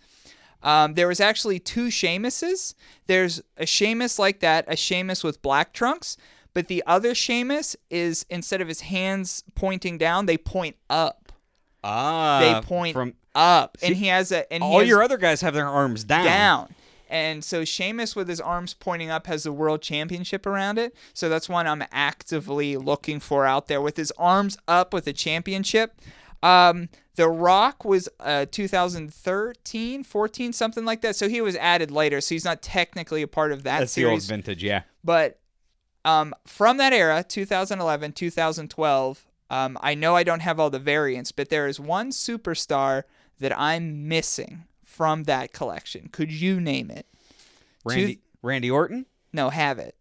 [SPEAKER 1] Um, there was actually two Sheamuses. There's a Sheamus like that, a Sheamus with black trunks, but the other Sheamus is instead of his hands pointing down, they point up. They
[SPEAKER 4] Ah,
[SPEAKER 1] point
[SPEAKER 4] from
[SPEAKER 1] up, and he has a and he
[SPEAKER 4] all
[SPEAKER 1] has-
[SPEAKER 4] your other guys have their arms down.
[SPEAKER 1] down. And so Sheamus with his arms pointing up has the world championship around it. So that's one I'm actively looking for out there with his arms up with a championship. Um, the Rock was uh, 2013, 14, something like that. So he was added later. So he's not technically a part of that
[SPEAKER 4] That's the old
[SPEAKER 1] series.
[SPEAKER 4] vintage, yeah.
[SPEAKER 1] But um, from that era, 2011, 2012, um, I know I don't have all the variants, but there is one superstar that I'm missing from that collection. Could you name it?
[SPEAKER 4] Randy Randy Orton
[SPEAKER 1] No, have it.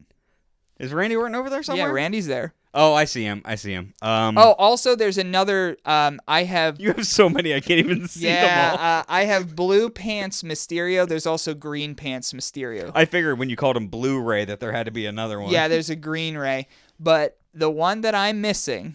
[SPEAKER 4] is Randy Orton over there somewhere?
[SPEAKER 1] Yeah, Randy's there.
[SPEAKER 4] oh, I see him. I see him. Um,
[SPEAKER 1] Oh, also, there's another. Um, I have.
[SPEAKER 4] <laughs> you have so many, I can't even see them all.
[SPEAKER 1] Yeah, uh, I have blue pants Mysterio. There's also green pants Mysterio.
[SPEAKER 4] I figured when you called him Blu-ray that there had to be another one.
[SPEAKER 1] Yeah, there's a green ray. But the one that I'm missing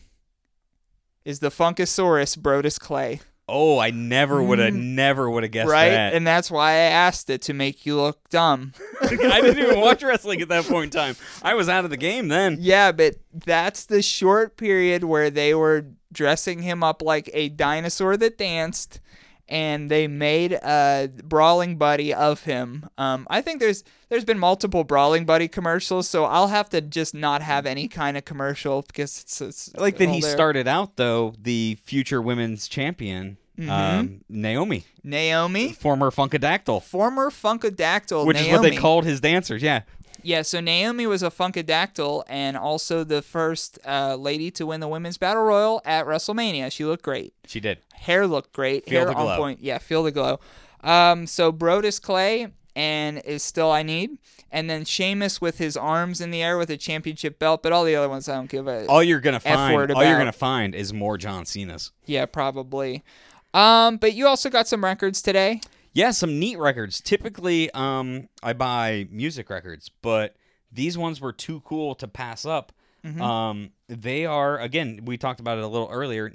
[SPEAKER 1] is the Funkasaurus Brodus Clay.
[SPEAKER 4] Oh, I never would have, never would have guessed
[SPEAKER 1] Mm-hmm. right? <laughs>
[SPEAKER 4] that. <laughs>
[SPEAKER 1] And that's why I asked it to make you look dumb.
[SPEAKER 4] I didn't even watch wrestling at that point in time. I was out of the game then.
[SPEAKER 1] yeah, but that's the short period where they were dressing him up like a dinosaur that danced. And they made a brawling buddy of him. Um, I think there's there's been multiple brawling buddy commercials, so I'll have to just not have any kind of commercial because it's, it's
[SPEAKER 4] I like that
[SPEAKER 1] all
[SPEAKER 4] he
[SPEAKER 1] there.
[SPEAKER 4] started out though the future women's champion,
[SPEAKER 1] Mm-hmm.
[SPEAKER 4] um, Naomi,
[SPEAKER 1] Naomi,
[SPEAKER 4] former Funkadactyl,
[SPEAKER 1] former Funkadactyl,
[SPEAKER 4] which is what they
[SPEAKER 1] Oh, Naomi.
[SPEAKER 4] called his dancers. Yeah,
[SPEAKER 1] Yeah, so Naomi was a Funkadactyl and also the first uh, lady to win the women's battle royal at WrestleMania. She looked great.
[SPEAKER 4] she did.
[SPEAKER 1] Hair looked great.
[SPEAKER 4] Feel
[SPEAKER 1] Hair
[SPEAKER 4] the
[SPEAKER 1] on
[SPEAKER 4] glow.
[SPEAKER 1] point. Yeah, feel the glow. Um, so Brodus Clay and is still I need, and then Sheamus with his arms in the air with a championship belt. But all the other ones I don't give a
[SPEAKER 4] All you're gonna
[SPEAKER 1] F
[SPEAKER 4] find, all
[SPEAKER 1] word
[SPEAKER 4] you're
[SPEAKER 1] about-
[SPEAKER 4] gonna find is more John Cena's.
[SPEAKER 1] yeah probably. Um, but you also got some records today.
[SPEAKER 4] Yeah, some neat records. Typically, um, I buy music records, but these ones were too cool to pass up. Um, they are again. We talked about it a little earlier.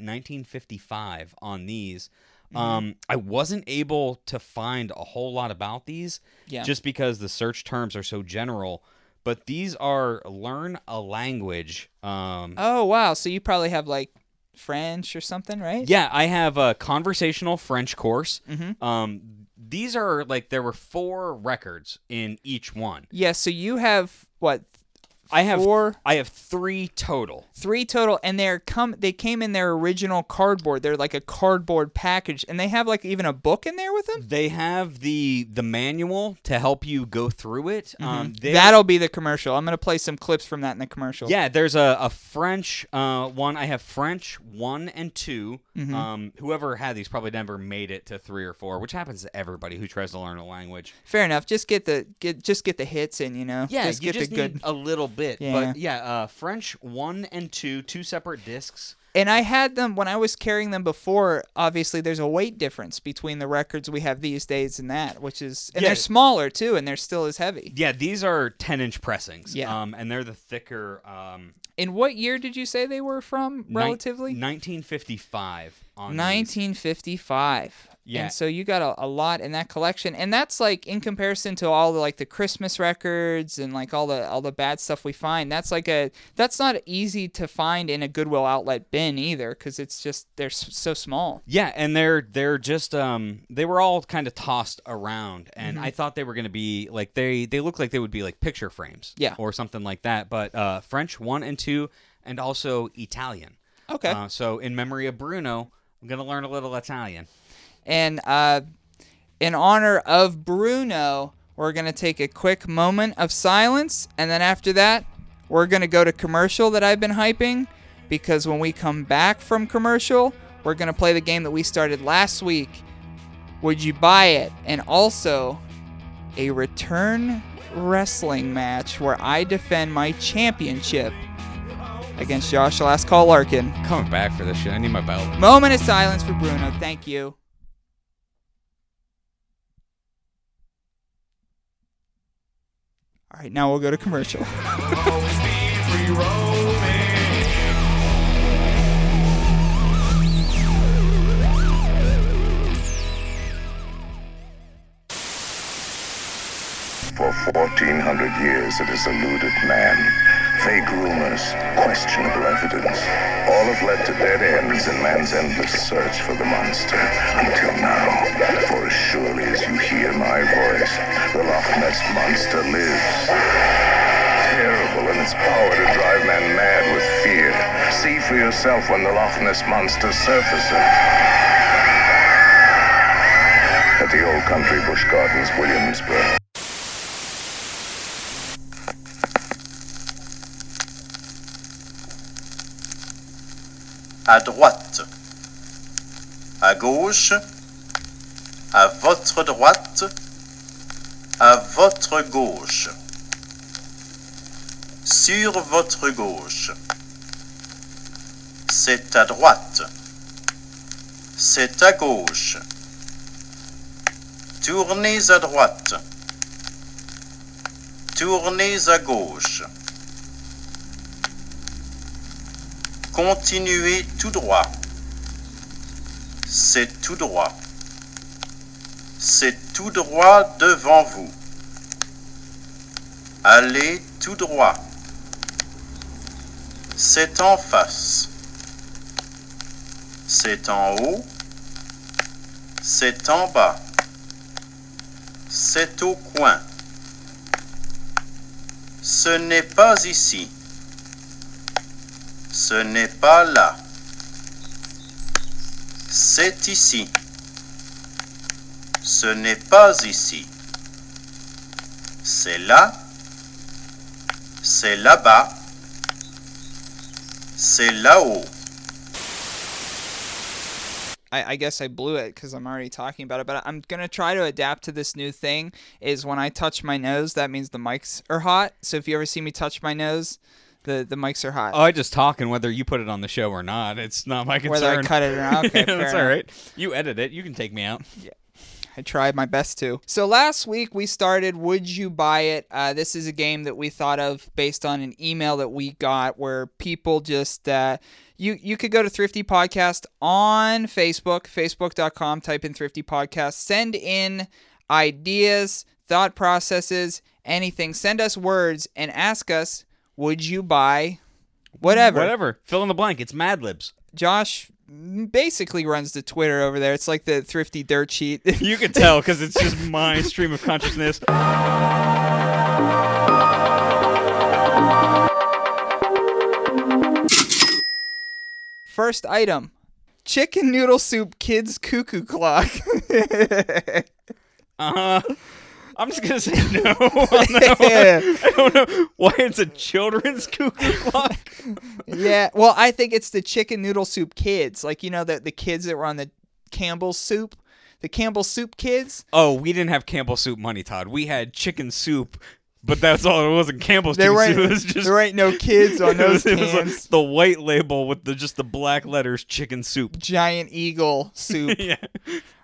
[SPEAKER 4] 1955 on these. Um, I wasn't able to find a whole lot about these,
[SPEAKER 1] Yeah.
[SPEAKER 4] just because the search terms are so general. But these are learn a language. Um,
[SPEAKER 1] Oh wow, so you probably have like French or something, right?
[SPEAKER 4] yeah, I have a conversational French course. Um, these are like there were four records in each one.
[SPEAKER 1] Yeah. So you have what?
[SPEAKER 4] I have
[SPEAKER 1] Four-
[SPEAKER 4] I have three total.
[SPEAKER 1] three total and they're come they came in their original cardboard they're like a cardboard package and they have like even a book in there with them
[SPEAKER 4] They have the the manual to help you go through it. Um, they-
[SPEAKER 1] that'll be the commercial i'm gonna play some clips from that in the commercial
[SPEAKER 4] yeah. There's a a French uh, one. I have French one and 2 Um, whoever had these probably never made it to three or four, which happens to everybody who tries to learn a language.
[SPEAKER 1] fair enough just get the get just get the hits in you know
[SPEAKER 4] Yeah,
[SPEAKER 1] just
[SPEAKER 4] you
[SPEAKER 1] get
[SPEAKER 4] just
[SPEAKER 1] the good
[SPEAKER 4] need a little bit.
[SPEAKER 1] Yeah.
[SPEAKER 4] But yeah, uh, French one and two, two separate discs.
[SPEAKER 1] and i had them when i was carrying them before obviously there's a weight difference between the records we have these days and that which is and
[SPEAKER 4] Yeah.
[SPEAKER 1] they're smaller too and they're still as heavy
[SPEAKER 4] Yeah, these are ten inch pressings.
[SPEAKER 1] Yeah.
[SPEAKER 4] Um, and they're the thicker um
[SPEAKER 1] in what year did you say they were from relatively
[SPEAKER 4] nineteen fifty five on these.
[SPEAKER 1] 1955.
[SPEAKER 4] Yeah.
[SPEAKER 1] And so you got a, a lot in that collection, and that's like in comparison to all the like the Christmas records and like all the all the bad stuff we find. That's like a that's not easy to find in a Goodwill outlet bin either, because it's just they're s- so small.
[SPEAKER 4] Yeah, and they're they're just um they were all kind of tossed around and
[SPEAKER 1] Mm-hmm.
[SPEAKER 4] I thought they were gonna be like they they look like they would be like picture frames.
[SPEAKER 1] Yeah.
[SPEAKER 4] Or something like that. But uh French one and two and also Italian.
[SPEAKER 1] Okay.
[SPEAKER 4] Uh, so in memory of Bruno, I'm gonna learn a little Italian.
[SPEAKER 1] And uh, in honor of Bruno, we're going to take a quick moment of silence. And then after that, we're going to go to commercial that I've been hyping because when we come back from commercial, we're going to play the game that we started last week. Would you buy it? And also a return wrestling match where I defend my championship against Josh Last Call Larkin.
[SPEAKER 4] Coming back for this shit. I need my belt.
[SPEAKER 1] Moment of silence for Bruno. Thank you. All right, now we'll go to commercial.
[SPEAKER 3] always be free roaming.
[SPEAKER 5] For 1400 years, it has eluded man. Vague rumors, questionable evidence, all have led to dead ends in man's endless search for the monster. Until now, for as surely as you hear my voice, the Loch Ness monster lives. Terrible in its power to drive man mad with fear. See for yourself when the Loch Ness monster surfaces. At the old country bush gardens, Williamsburg.
[SPEAKER 6] à droite, à gauche, à votre droite, à votre gauche, sur votre gauche. C'est à droite, c'est à gauche. Tournez à droite, tournez à gauche. Continuez tout droit. C'est tout droit. C'est tout droit devant vous. Allez tout droit. C'est en face. C'est en haut. C'est en bas. C'est au coin. Ce n'est pas ici. Ce n'est pas là. C'est ici. Ce n'est pas ici. C'est là. C'est là-bas. C'est là-haut.
[SPEAKER 1] <laughs> I, I guess I blew it because I'm already talking about it, but I'm gonna try to adapt to this new thing. Is when I touch my nose, that means the mics are hot. So if you ever see me touch my nose, the the mics are hot.
[SPEAKER 4] Oh, I just talking whether you put it on the show or not. It's not my concern.
[SPEAKER 1] Whether I cut it or not, okay,
[SPEAKER 4] <laughs> Yeah,
[SPEAKER 1] fair
[SPEAKER 4] that's
[SPEAKER 1] enough.
[SPEAKER 4] all right. You edit it. You can take me out.
[SPEAKER 1] I tried my best to. So last week we started Would You Buy It? Uh, this is a game that we thought of based on an email that we got where people just. Uh, you, you could go to Thrifty Podcast on Facebook, facebook.com, type in Thrifty Podcast, send in ideas, thought processes, anything. Send us words and ask us, would you buy whatever?
[SPEAKER 4] Whatever. Fill in the blank. It's Mad Libs.
[SPEAKER 1] Josh basically runs the Twitter over there. It's like the Thrifty Dirt Sheet. <laughs>
[SPEAKER 4] You can tell because it's just my stream of consciousness.
[SPEAKER 1] First item chicken noodle soup kids cuckoo
[SPEAKER 4] <laughs>
[SPEAKER 1] clock. <laughs>
[SPEAKER 4] Uh, I'm just gonna say no. <laughs> on that one. I don't know why it's a children's cuckoo clock.
[SPEAKER 1] yeah. Well, I think it's the chicken noodle soup kids. Like, you know, the, the kids that were on the Campbell's soup. The Campbell's soup kids.
[SPEAKER 4] Oh, we didn't have Campbell soup money, Todd. We had chicken soup, but that's all. It wasn't Campbell's
[SPEAKER 1] There weren't,
[SPEAKER 4] chicken soup. <laughs> It was just
[SPEAKER 1] there ain't no kids on
[SPEAKER 4] <laughs> it
[SPEAKER 1] those
[SPEAKER 4] was- it was,
[SPEAKER 1] cans.
[SPEAKER 4] like, the white label with the just the black letters chicken soup. <laughs>
[SPEAKER 1] Giant eagle soup.
[SPEAKER 4] yeah.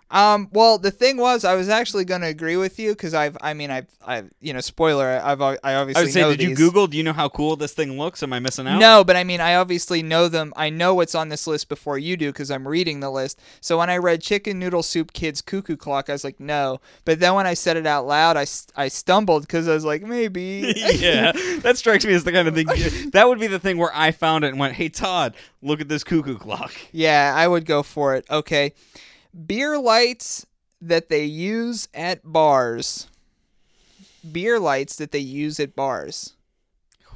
[SPEAKER 1] Um, well, the thing was, I was actually going to agree with you because I've, I mean, I've, I've, you know, spoiler, I've, I obviously
[SPEAKER 4] I would say,
[SPEAKER 1] know
[SPEAKER 4] did you
[SPEAKER 1] these.
[SPEAKER 4] Google? Do you know how cool this thing looks? Am I missing out?
[SPEAKER 1] No, but I mean, I obviously know them. I know what's on this list before you do because I'm reading the list. So when I read Chicken Noodle Soup Kids Cuckoo Clock, I was like, no. But then when I said it out loud, I, s- I stumbled because I was like, maybe. <laughs>
[SPEAKER 4] yeah, that strikes me as the kind of thing. That would be the thing where I found it and went, "Hey Todd, look at this cuckoo clock."
[SPEAKER 1] yeah, I would go for it. Okay. Beer lights that they use at bars. Beer lights that they use at bars.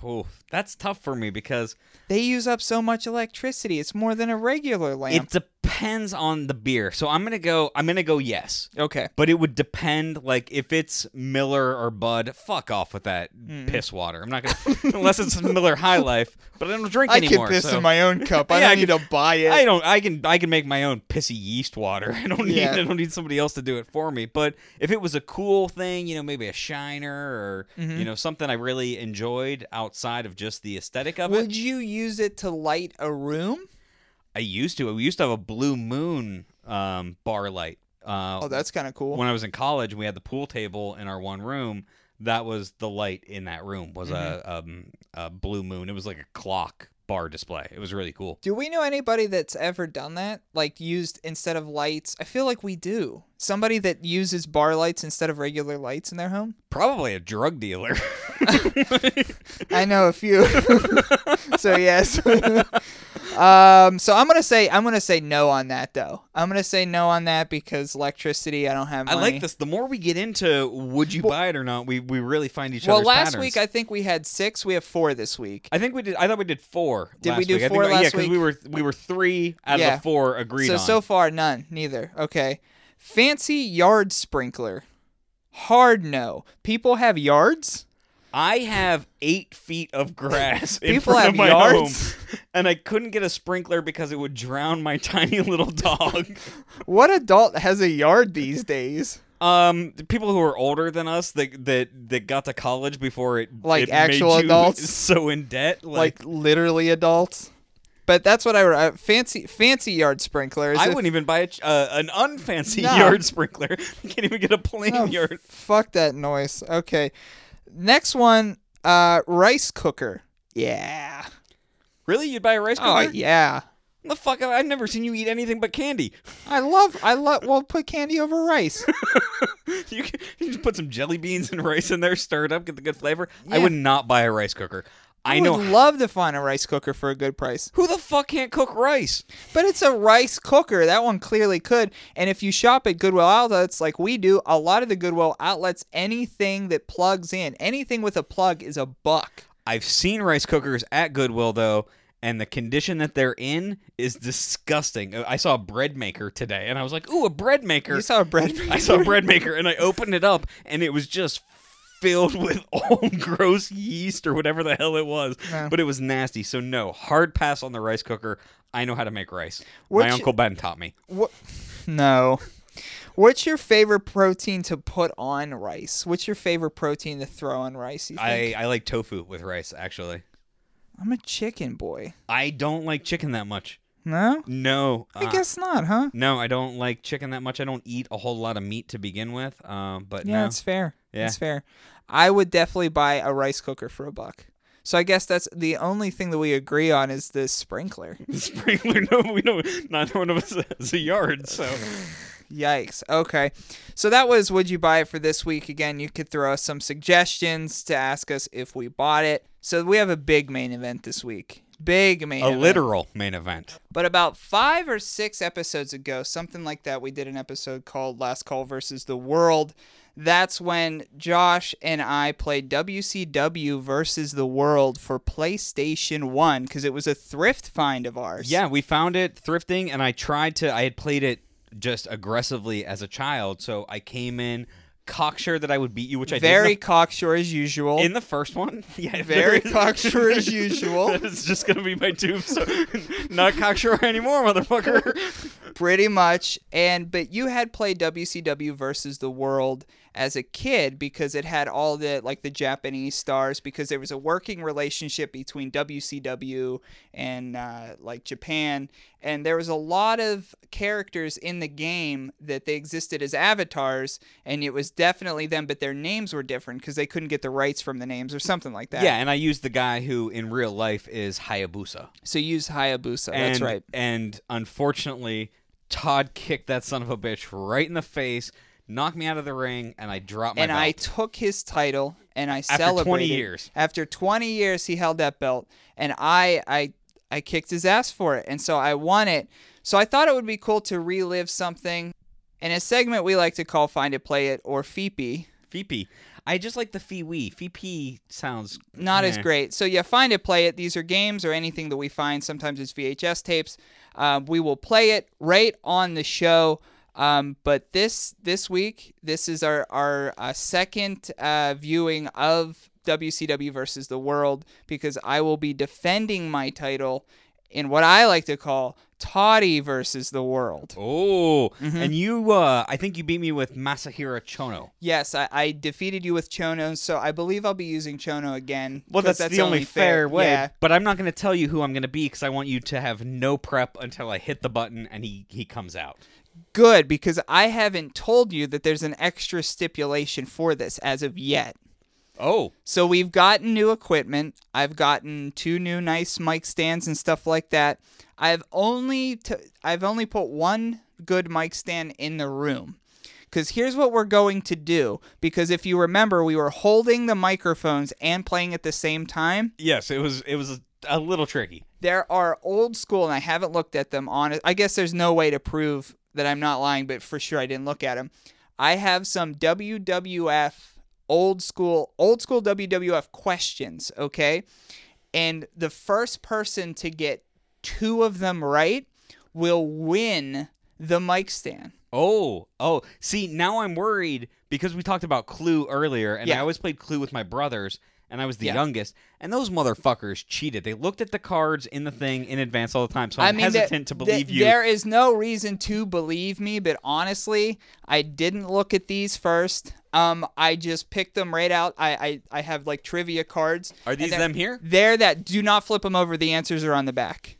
[SPEAKER 4] Oh, that's tough for me because
[SPEAKER 1] They use up so much electricity. It's more than a regular lamp.
[SPEAKER 4] it depends on the beer. So I'm gonna go. I'm gonna go yes.
[SPEAKER 1] Okay.
[SPEAKER 4] But it would depend, like if it's Miller or Bud, fuck off with that piss water. I'm not gonna
[SPEAKER 1] <laughs>
[SPEAKER 4] unless it's Miller High Life, but I don't drink
[SPEAKER 1] I
[SPEAKER 4] anymore.
[SPEAKER 1] can piss
[SPEAKER 4] so-
[SPEAKER 1] in my own <laughs> cup. I
[SPEAKER 4] Yeah,
[SPEAKER 1] don't
[SPEAKER 4] I
[SPEAKER 1] need to buy it.
[SPEAKER 4] I don't. I can. I can make my own pissy yeast water. <laughs> I don't need.
[SPEAKER 1] Yeah.
[SPEAKER 4] I don't need somebody else to do it for me. But if it was a cool thing, you know, maybe a shiner or
[SPEAKER 1] Mm-hmm.
[SPEAKER 4] you know something I really enjoyed outside of just the aesthetic of it.
[SPEAKER 1] Would you use it to light a room?
[SPEAKER 4] I used to. We used to have a blue moon um, bar light. Uh,
[SPEAKER 1] Oh, that's kind of cool.
[SPEAKER 4] when I was in college. We had the pool table in our one room. That was the light in that room. Was a,
[SPEAKER 1] Mm-hmm.
[SPEAKER 4] um, a blue moon. It was like a clock bar display. It was really cool.
[SPEAKER 1] Do we know anybody that's ever done that? Like used instead of lights? I feel like we do. Somebody that uses bar lights instead of regular lights in their home?
[SPEAKER 4] Probably a drug
[SPEAKER 1] <laughs>
[SPEAKER 4] dealer. <laughs>
[SPEAKER 1] I know a few. <laughs> so yes. <laughs> um, so I'm gonna say I'm gonna say no on that though. I'm gonna say no on that because electricity. I don't have.
[SPEAKER 4] I
[SPEAKER 1] Money.
[SPEAKER 4] like this. The more we get into would you buy it or not, we, we really find each other.
[SPEAKER 1] Well,
[SPEAKER 4] other's
[SPEAKER 1] last
[SPEAKER 4] patterns.
[SPEAKER 1] week I think we had six. We have four this week.
[SPEAKER 4] I think we did. I thought we did four.
[SPEAKER 1] Did we
[SPEAKER 4] last
[SPEAKER 1] do
[SPEAKER 4] week. I think-
[SPEAKER 1] four
[SPEAKER 4] Yeah,
[SPEAKER 1] last
[SPEAKER 4] because we were we were three out
[SPEAKER 1] Yeah.
[SPEAKER 4] of the four agreed
[SPEAKER 1] so
[SPEAKER 4] on.
[SPEAKER 1] so far none, neither. Okay. Fancy yard sprinkler. Hard no. People have yards.
[SPEAKER 4] I have eight feet of
[SPEAKER 1] <laughs>
[SPEAKER 4] grass in
[SPEAKER 1] People
[SPEAKER 4] front
[SPEAKER 1] have
[SPEAKER 4] of my
[SPEAKER 1] yards?
[SPEAKER 4] home, and I couldn't get a sprinkler because it would drown my <laughs> tiny little dog.
[SPEAKER 1] What adult has a yard these
[SPEAKER 4] <laughs>
[SPEAKER 1] days?
[SPEAKER 4] Um, the people who are older than us that that that got to college before it
[SPEAKER 1] Like
[SPEAKER 4] it made
[SPEAKER 1] actual
[SPEAKER 4] you
[SPEAKER 1] adults?
[SPEAKER 4] <laughs> so in debt like.
[SPEAKER 1] Like, literally adults. But that's what I uh, fancy fancy yard sprinkler. is
[SPEAKER 4] I
[SPEAKER 1] if-
[SPEAKER 4] wouldn't even buy a, ch- uh, an unfancy
[SPEAKER 1] No.
[SPEAKER 4] yard sprinkler. <laughs> I can't even get a
[SPEAKER 1] <laughs>
[SPEAKER 4] plain
[SPEAKER 1] Oh,
[SPEAKER 4] <laughs> yard.
[SPEAKER 1] Fuck that noise. Okay. Next one, uh rice cooker. Yeah.
[SPEAKER 4] Really, you'd buy a rice cooker?
[SPEAKER 1] Oh <laughs> yeah.
[SPEAKER 4] The fuck? I've never seen you eat anything but candy. <laughs>
[SPEAKER 1] I love I love well put candy over rice.
[SPEAKER 4] You, can, you just put some jelly beans and rice in there, stir it up, get the good flavor. I
[SPEAKER 1] Yeah.
[SPEAKER 4] would not buy a rice cooker. <laughs> I, know
[SPEAKER 1] would love to find a rice cooker for a good price.
[SPEAKER 4] who the fuck can't cook rice.
[SPEAKER 1] But it's a rice cooker. That one clearly could. And if you shop at Goodwill outlets like we do, a lot of the Goodwill outlets, anything that plugs in, anything with a plug is a buck.
[SPEAKER 4] I've seen rice cookers at Goodwill though, and the condition that they're in is disgusting. I saw a bread maker today, and I was like, "Ooh, a bread maker!"
[SPEAKER 1] You saw a
[SPEAKER 4] <laughs>
[SPEAKER 1] bread
[SPEAKER 4] I saw a bread maker, and I opened it up, and it was just filled with <laughs> old gross yeast or whatever the hell it was. But it was nasty. So no, hard pass on the rice cooker. I know how to make rice.
[SPEAKER 1] Which-
[SPEAKER 4] My uncle Ben taught me.
[SPEAKER 1] What? No. What's your favorite protein to put on rice? What's your favorite protein to throw on rice? You
[SPEAKER 4] I,
[SPEAKER 1] think?
[SPEAKER 4] I like tofu with rice actually.
[SPEAKER 1] I'm a chicken boy.
[SPEAKER 4] I don't like chicken that much.
[SPEAKER 1] No,
[SPEAKER 4] No,
[SPEAKER 1] I
[SPEAKER 4] uh,
[SPEAKER 1] guess not, huh?
[SPEAKER 4] No, I don't like chicken that much. I don't eat a whole lot of meat to begin with. Um, but
[SPEAKER 1] Yeah,
[SPEAKER 4] no,
[SPEAKER 1] it's fair.
[SPEAKER 4] Yeah.
[SPEAKER 1] It's fair. I would definitely buy a rice cooker for a buck. So I guess that's the only thing that we agree on is the sprinkler.
[SPEAKER 4] <laughs> sprinkler. No, we don't. Neither one of us has a yard.
[SPEAKER 1] <laughs>
[SPEAKER 4] So
[SPEAKER 1] Yikes. Okay. So that was Would You Buy It for this week. Again, you could throw us some suggestions to ask us if we bought it. So we have a big main event this week. Big main
[SPEAKER 4] a
[SPEAKER 1] event.
[SPEAKER 4] literal main event.
[SPEAKER 1] But about five or six episodes ago, something like that, we did an episode called Last Call versus the World. That's when Josh and I played WCW versus the World for PlayStation 1 because it was a thrift find of ours.
[SPEAKER 4] Yeah, we found it thrifting, and I tried to. I had played it just aggressively as a child, so I came in cocksure that I would beat you, which I
[SPEAKER 1] Very
[SPEAKER 4] did
[SPEAKER 1] cocksure as usual.
[SPEAKER 4] in the, in the first one. <laughs> Yeah,
[SPEAKER 1] Very
[SPEAKER 4] there is-
[SPEAKER 1] cocksure
[SPEAKER 4] <laughs>
[SPEAKER 1] as usual.
[SPEAKER 4] that is just gonna be my tombstone. <laughs> Not cocksure anymore, motherfucker.
[SPEAKER 1] <laughs> pretty much and but you had played WCW versus the world as a kid because it had all the like the Japanese stars because there was a working relationship between WCW and uh, like Japan and there was a lot of characters in the game that they existed as avatars and it was definitely them but their names were different because they couldn't get the rights from the names or something like that
[SPEAKER 4] Yeah, and I used the guy who in real life is Hayabusa.
[SPEAKER 1] so use Hayabusa
[SPEAKER 4] And,
[SPEAKER 1] that's right
[SPEAKER 4] And unfortunately, Todd kicked that son of a bitch right in the face, knocked me out of the ring, and I dropped my
[SPEAKER 1] and I
[SPEAKER 4] belt.
[SPEAKER 1] took his title and I
[SPEAKER 4] After 20
[SPEAKER 1] celebrated.
[SPEAKER 4] years.
[SPEAKER 1] After 20 years, he held that belt, and I, I, I kicked his ass for it, and so I won it. So I thought it would be cool to relive something, in a segment we like to call "Find It, Play It" or E "Feepy."
[SPEAKER 4] Feepy. I just like the fee wee. Feepy sounds
[SPEAKER 1] Not as
[SPEAKER 4] meh.
[SPEAKER 1] great. So yeah, find it, play it. These are games or anything that we find. Sometimes it's VHS tapes. Um, we will play it right on the show. Um, but this this week, this is our our uh, second uh, viewing of WCW versus the World because I will be defending my title in what I like to call Toddy versus the World.
[SPEAKER 4] Oh, and you, uh, I think you beat me with Masahiro Chono.
[SPEAKER 1] Yes, I, I defeated you with Chono, so I believe I'll be using Chono again.
[SPEAKER 4] Well,
[SPEAKER 1] 'cause
[SPEAKER 4] that's, the only, fair way.
[SPEAKER 1] Yeah.
[SPEAKER 4] But I'm not going to tell you who I'm going to be because I want you to have no prep until I hit the button and he, he comes out.
[SPEAKER 1] Good, because I haven't told you that there's an extra stipulation for this as of yet.
[SPEAKER 4] Oh,
[SPEAKER 1] So we've gotten new equipment. I've gotten two new nice mic stands and stuff like that. I've only t- I've only put one good mic stand in the room. Cuz here's what we're going to do because if you remember we were holding the microphones and playing at the same time.
[SPEAKER 4] yes, it was it was a, a little tricky.
[SPEAKER 1] There are old school and I haven't looked at them on I guess there's no way to prove that I'm not lying, but for sure I didn't look at them. I have some WWF old school old school WWF questions, okay? and the first person to get two of them right will win the mic stand.
[SPEAKER 4] Oh, oh, see, now I'm worried because we talked about Clue earlier, and I
[SPEAKER 1] Yeah.
[SPEAKER 4] always played Clue with my brothers, and I was the
[SPEAKER 1] Yeah.
[SPEAKER 4] youngest, and those motherfuckers cheated. They looked at the cards in the thing in advance all the time, so I'm
[SPEAKER 1] I mean, there-
[SPEAKER 4] hesitant to believe
[SPEAKER 1] there-
[SPEAKER 4] you.
[SPEAKER 1] There is no reason to believe me, but honestly, I didn't look at these first. Um, I just picked them right out. I I, I have like trivia cards.
[SPEAKER 4] Are
[SPEAKER 1] and
[SPEAKER 4] these
[SPEAKER 1] they're-
[SPEAKER 4] them here?
[SPEAKER 1] They're that. Do not flip them over. The answers are on the
[SPEAKER 4] <laughs>
[SPEAKER 1] back.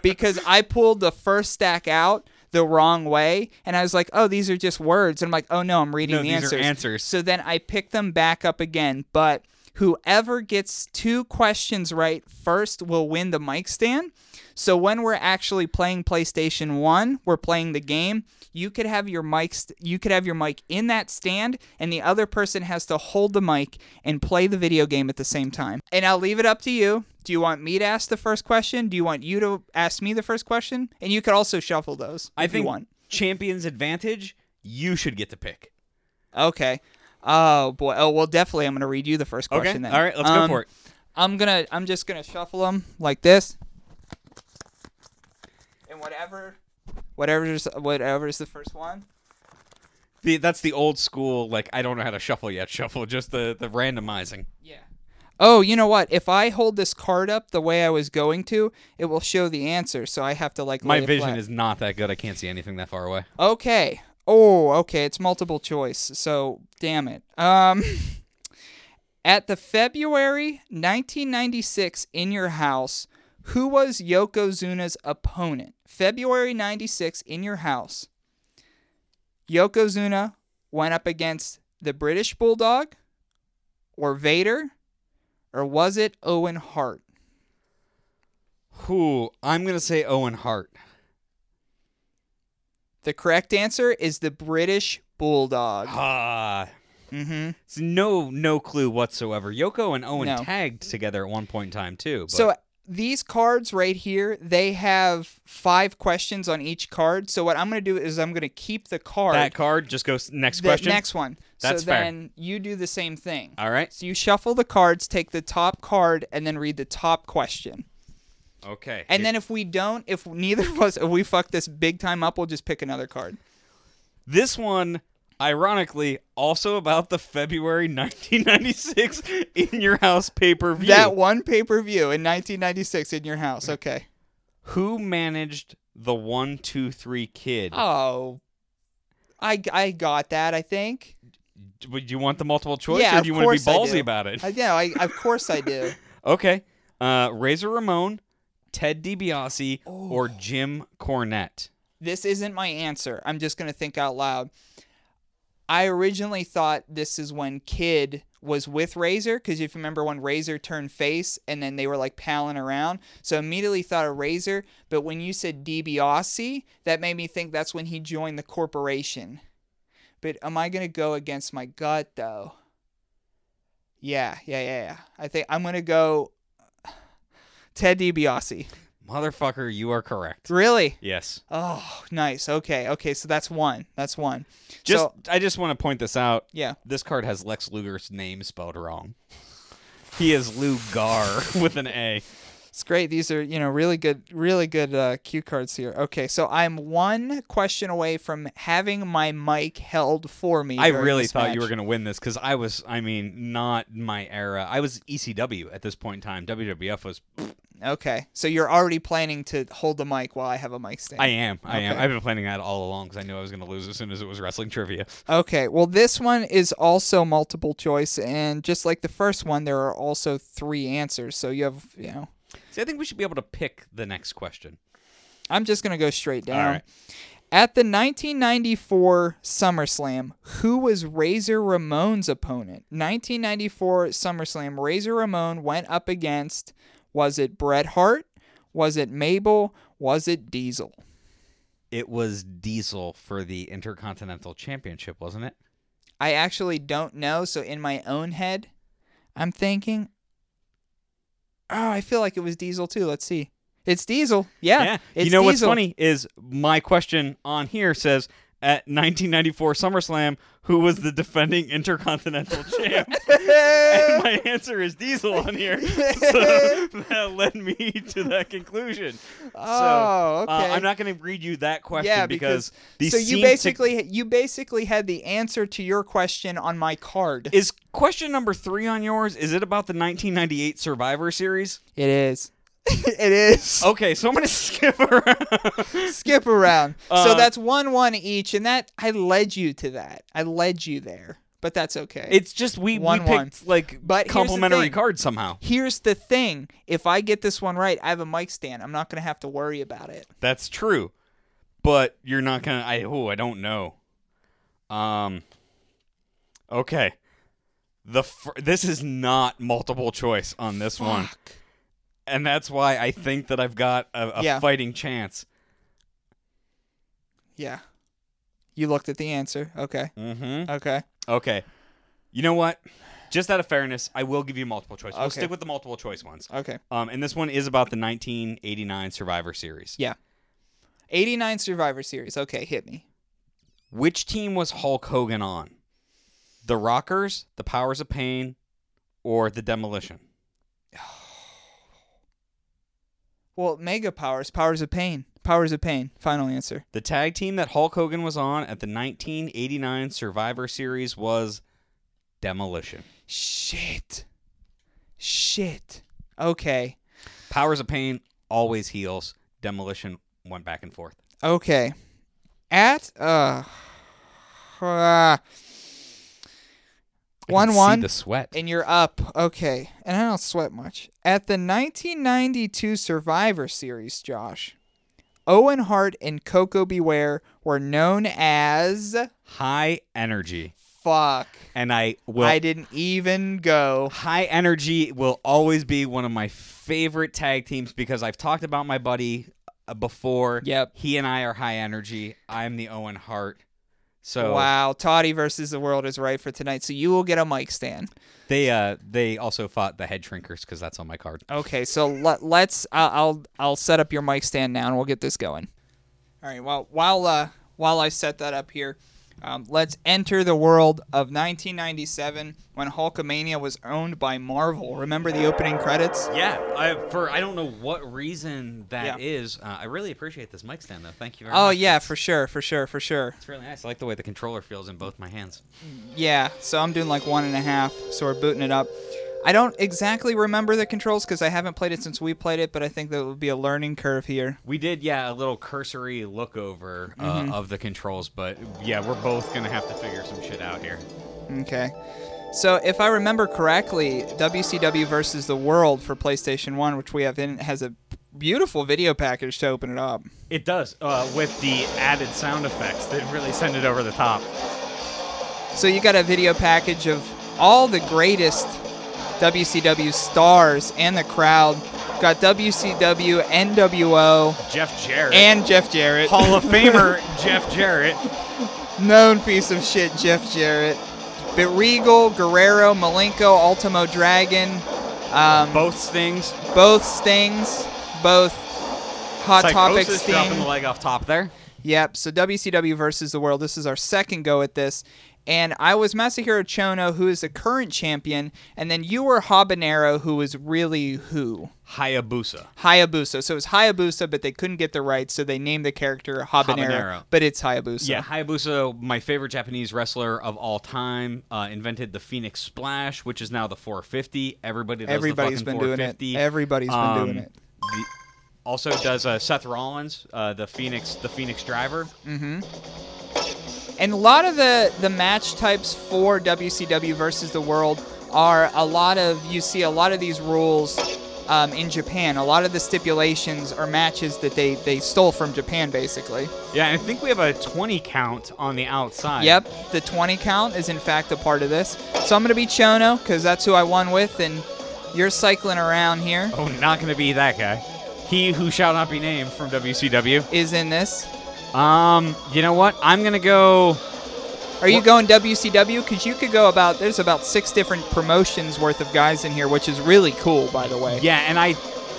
[SPEAKER 1] because I pulled the first stack out the wrong way, and I was like, "Oh, these are just words." And I'm like, "Oh no, I'm reading
[SPEAKER 4] No,
[SPEAKER 1] the
[SPEAKER 4] these are
[SPEAKER 1] answers."
[SPEAKER 4] answers.
[SPEAKER 1] So then I picked them back up again. But whoever gets two questions right first will win the mic stand. So when we're actually playing PlayStation One, we're playing the game. You could have your mic. St- you could have your mic in that stand, and the other person has to hold the mic and play the video game at the same time. And I'll leave it up to you. Do you want me to ask the first question? Do you want you to ask me the first question? And you could also shuffle those.
[SPEAKER 4] I
[SPEAKER 1] if you
[SPEAKER 4] think
[SPEAKER 1] want.
[SPEAKER 4] Champions Advantage, you should get to pick.
[SPEAKER 1] Okay. Oh boy. Oh well, definitely. I'm gonna read you the first
[SPEAKER 4] Okay,
[SPEAKER 1] question. Then.
[SPEAKER 4] all right, let's go
[SPEAKER 1] Um,
[SPEAKER 4] for it.
[SPEAKER 1] I'm gonna. I'm just gonna shuffle them like this. And whatever, whatever's whatever's the first one.
[SPEAKER 4] The, that's the old school, like I don't know how to shuffle yet. <laughs> Shuffle, just the the randomizing.
[SPEAKER 1] Yeah. Oh, you know what? If I hold this card up the way I was going to, it will show the answer. So I have to like.
[SPEAKER 4] My
[SPEAKER 1] lay it
[SPEAKER 4] vision
[SPEAKER 1] flat.
[SPEAKER 4] is not that good. I can't see anything that far away.
[SPEAKER 1] Okay. Oh, okay. It's multiple choice. So damn it. Um, <laughs> at the February 1996 in your house, who was Yokozuna's opponent? February 96 in your house. Yokozuna went up against the British Bulldog or Vader or was it Owen Hart?
[SPEAKER 4] Who? I'm gonna say Owen Hart.
[SPEAKER 1] The correct answer is the British Bulldog.
[SPEAKER 4] Ah.
[SPEAKER 1] Mhm.
[SPEAKER 4] So no, no clue whatsoever. Yoko and Owen
[SPEAKER 1] No.
[SPEAKER 4] tagged together at one point in time too. But
[SPEAKER 1] So these cards right here, they have five questions on each card. So what I'm going to do is I'm going to keep the card.
[SPEAKER 4] that card just goes next
[SPEAKER 1] the
[SPEAKER 4] question.
[SPEAKER 1] next one.
[SPEAKER 4] That's
[SPEAKER 1] so
[SPEAKER 4] fair.
[SPEAKER 1] then you do the same thing.
[SPEAKER 4] All right.
[SPEAKER 1] So you shuffle the cards, take the top card, and then read the top question.
[SPEAKER 4] Okay.
[SPEAKER 1] And then if we don't, if neither of us, if we fuck this big time up, we'll just pick another card.
[SPEAKER 4] this one, ironically, also about the February <laughs> 1996 in your house pay per view.
[SPEAKER 1] That one pay per view in 1996 in your house. Okay.
[SPEAKER 4] Who managed the one two three kid?
[SPEAKER 1] Oh, I I got that. I
[SPEAKER 4] <laughs>
[SPEAKER 1] think.
[SPEAKER 4] Do you want the multiple choice,
[SPEAKER 1] Yeah,
[SPEAKER 4] or do you
[SPEAKER 1] of
[SPEAKER 4] want to be
[SPEAKER 1] course I
[SPEAKER 4] ballsy
[SPEAKER 1] do.
[SPEAKER 4] about it?
[SPEAKER 1] I know. I of course I do.
[SPEAKER 4] Okay. Uh, Razor Ramon, Ted DiBiase, or
[SPEAKER 1] Oh.
[SPEAKER 4] Jim Cornette.
[SPEAKER 1] this isn't my answer. I'm just going to think out loud. I originally thought this is when Kid was with Razor because if you remember when Razor turned face and then they were like palling around, so I immediately thought of Razor. But when you said DiBiase, that made me think that's when he joined the corporation. But am I going to go against my gut though? Yeah, yeah, yeah, yeah. I think I'm going to go <sighs> Ted DiBiase.
[SPEAKER 4] Motherfucker, you are correct.
[SPEAKER 1] Really?
[SPEAKER 4] Yes.
[SPEAKER 1] Oh, nice. Okay. Okay. So that's one. That's one.
[SPEAKER 4] Just
[SPEAKER 1] so,
[SPEAKER 4] I just want to point this out.
[SPEAKER 1] yeah.
[SPEAKER 4] This card has Lex Luger's name spelled wrong. He is Lugar <laughs> with an A.
[SPEAKER 1] It's great. These are, you know, really good, really good uh, cue cards here. Okay, so I'm one question away from having my mic held for me.
[SPEAKER 4] I
[SPEAKER 1] during
[SPEAKER 4] really
[SPEAKER 1] this
[SPEAKER 4] thought you were
[SPEAKER 1] match.
[SPEAKER 4] going to win this because I was, I mean, not my era. I was ECW at this point in time. WWF was.
[SPEAKER 1] Okay, so you're already planning to hold the mic while I have a mic stand.
[SPEAKER 4] I am. I am.
[SPEAKER 1] Okay.
[SPEAKER 4] I've been planning that all along because I knew I was going to lose as soon as it was wrestling trivia.
[SPEAKER 1] Okay, well, this one is also multiple choice, and just like the first one, there are also three answers. So you have, you know,
[SPEAKER 4] See, I think we should be able to pick the next question.
[SPEAKER 1] I'm just gonna go straight down.
[SPEAKER 4] right.
[SPEAKER 1] At the 1994 SummerSlam, who was Razor Ramon's opponent? 1994 SummerSlam, Razor Ramon went up against. Was it Bret Hart? Was it Mabel? Was it Diesel?
[SPEAKER 4] It was Diesel for the Intercontinental Championship, wasn't it?
[SPEAKER 1] I actually don't know. So in my own head, I'm thinking, oh, I feel like it was Diesel too. Let's see. It's Diesel. Yeah. It's
[SPEAKER 4] you know what's
[SPEAKER 1] Diesel.
[SPEAKER 4] funny is my question on here says at 1994 SummerSlam, who was the defending <laughs> Intercontinental champ? <laughs>
[SPEAKER 1] <laughs>
[SPEAKER 4] and my answer is Diesel on here. So that led me to that conclusion.
[SPEAKER 1] Oh,
[SPEAKER 4] so, uh,
[SPEAKER 1] okay.
[SPEAKER 4] I'm not going to read you that question
[SPEAKER 1] yeah,
[SPEAKER 4] because,
[SPEAKER 1] because,
[SPEAKER 4] these
[SPEAKER 1] so
[SPEAKER 4] seem
[SPEAKER 1] you
[SPEAKER 4] to-
[SPEAKER 1] basically you basically had the answer to your question on my card.
[SPEAKER 4] is question number three on yours. Is it about the 1998 Survivor Series?
[SPEAKER 1] it is. <laughs> it is.
[SPEAKER 4] Okay, so I'm going to <laughs> skip around.
[SPEAKER 1] Skip around.
[SPEAKER 4] Uh,
[SPEAKER 1] so that's one one each, and that I led you to that. I led you there, but that's okay.
[SPEAKER 4] It's just we,
[SPEAKER 1] One,
[SPEAKER 4] we
[SPEAKER 1] one.
[SPEAKER 4] picked like
[SPEAKER 1] But here's the
[SPEAKER 4] complimentary
[SPEAKER 1] thing.
[SPEAKER 4] cards somehow.
[SPEAKER 1] Here's the thing: if I get this one right, I have a mic stand. I'm not gonna have to worry about it.
[SPEAKER 4] That's true. But you're not gonna I oh, I don't know. Um Okay. The fir- this is not multiple choice on this one. And that's why I think that I've got a, a
[SPEAKER 1] Yeah.
[SPEAKER 4] fighting chance.
[SPEAKER 1] Yeah. You looked at the answer. Okay.
[SPEAKER 4] Mhm.
[SPEAKER 1] Okay.
[SPEAKER 4] Okay. You know what? Just out of fairness, I will give you multiple choice. We'll
[SPEAKER 1] Okay.
[SPEAKER 4] stick with the multiple choice ones.
[SPEAKER 1] Okay.
[SPEAKER 4] Um and this one is about the 1989 Survivor Series.
[SPEAKER 1] Yeah. 89 Survivor Series. Okay, hit me.
[SPEAKER 4] Which team was Hulk Hogan on? The Rockers, the Powers of Pain, or the Demolition?
[SPEAKER 1] Well, Mega Powers, Powers of Pain. Powers of Pain. Final answer.
[SPEAKER 4] The tag team that Hulk Hogan was on at the 1989 Survivor Series was Demolition.
[SPEAKER 1] Shit. Shit. Okay.
[SPEAKER 4] Powers of Pain always heals. Demolition went back and forth.
[SPEAKER 1] Okay. At uh, <sighs> uh
[SPEAKER 4] I can
[SPEAKER 1] one
[SPEAKER 4] see
[SPEAKER 1] one
[SPEAKER 4] the sweat.
[SPEAKER 1] and you're up. Okay. And I don't sweat much. At the 1992 Survivor Series, Josh, Owen Hart and Coco Beware were known as
[SPEAKER 4] High energy,
[SPEAKER 1] fuck.
[SPEAKER 4] and I will.
[SPEAKER 1] I didn't even go.
[SPEAKER 4] High energy will always be one of my favorite tag teams because I've talked about my buddy uh, before.
[SPEAKER 1] Yep.
[SPEAKER 4] He and I are high energy. I'm the Owen Hart. So
[SPEAKER 1] Wow, Toddy versus the world is right for tonight. So you will get a mic stand.
[SPEAKER 4] they uh they also fought the head shrinkers because that's on my card.
[SPEAKER 1] Okay, so let, let's. I'll I'll I'll set up your mic stand now, and we'll get this going. All right. Well, while uh, while I set that up here, um, let's enter the world of 1997 when Hulkamania was owned by Marvel. Remember the opening credits?
[SPEAKER 4] Yeah, I for I don't know what reason that
[SPEAKER 1] Yeah.
[SPEAKER 4] is. Uh, I really appreciate this mic stand though. Thank you very
[SPEAKER 1] Oh
[SPEAKER 4] much.
[SPEAKER 1] yeah,
[SPEAKER 4] It's-
[SPEAKER 1] for sure, for sure, for sure.
[SPEAKER 4] It's really nice. I like the way the controller feels in both my hands.
[SPEAKER 1] Yeah, so I'm doing like one and a half, so we're booting it up. I don't exactly remember the controls because I haven't played it since we played it, but I think that would be a learning curve here.
[SPEAKER 4] We did, yeah, a little cursory look over uh, of the controls, but yeah, we're both gonna have to figure some shit out here.
[SPEAKER 1] Okay. So if I remember correctly, WCW versus the World for PlayStation 1, which we have in has a beautiful video package to open it up.
[SPEAKER 4] It does, uh, with the added sound effects that really send it over the top.
[SPEAKER 1] So you got a video package of all the greatest WCW stars and the crowd. Got WCW, NWO,
[SPEAKER 4] Jeff Jarrett.
[SPEAKER 1] and Jeff Jarrett.
[SPEAKER 4] Hall of
[SPEAKER 1] <laughs>
[SPEAKER 4] Famer Jeff Jarrett.
[SPEAKER 1] Known piece of shit, Jeff Jarrett. But Regal, Guerrero, Malenko, Ultimo Dragon, um,
[SPEAKER 4] Both stings.
[SPEAKER 1] both Stings, both Hot Topic
[SPEAKER 4] Psychosis
[SPEAKER 1] Sting.
[SPEAKER 4] dropping the leg off top there.
[SPEAKER 1] Yep. So WCW versus the World. This is our second go at this. And I was Masahiro Chono, who is the current champion, and then you were Habanero, who was really who?
[SPEAKER 4] Hayabusa.
[SPEAKER 1] Hayabusa. So it was Hayabusa, but they couldn't get the rights, so they named the character Habanero,
[SPEAKER 4] Habanero.
[SPEAKER 1] but it's Hayabusa.
[SPEAKER 4] Yeah, uh, Hayabusa, my favorite Japanese wrestler of all time, uh, invented the Phoenix Splash, which is now the 450. Everybody does
[SPEAKER 1] Everybody's
[SPEAKER 4] the fucking
[SPEAKER 1] been doing it.
[SPEAKER 4] 450.
[SPEAKER 1] Everybody's been
[SPEAKER 4] Um,
[SPEAKER 1] doing it.
[SPEAKER 4] the- also does uh, Seth Rollins, uh, the Phoenix, the Phoenix Driver.
[SPEAKER 1] And a lot of the, the match types for WCW versus the world are a lot of, you see a lot of these rules um, in Japan. A lot of the stipulations are matches that they, they stole from Japan, basically.
[SPEAKER 4] Yeah, and I think we have a 20 count on the outside.
[SPEAKER 1] Yep, the 20 count is in fact a part of this. So I'm going to be Chono, because that's who I won with, and you're cycling around here,
[SPEAKER 4] Oh, not gonna be that guy. He who shall not be named from WCW.
[SPEAKER 1] is in this.
[SPEAKER 4] Um, you know what? I'm gonna go.
[SPEAKER 1] Are you going WCW? Because you could go about, there's about six different promotions worth of guys in here, which is really cool, by the way.
[SPEAKER 4] Yeah, and I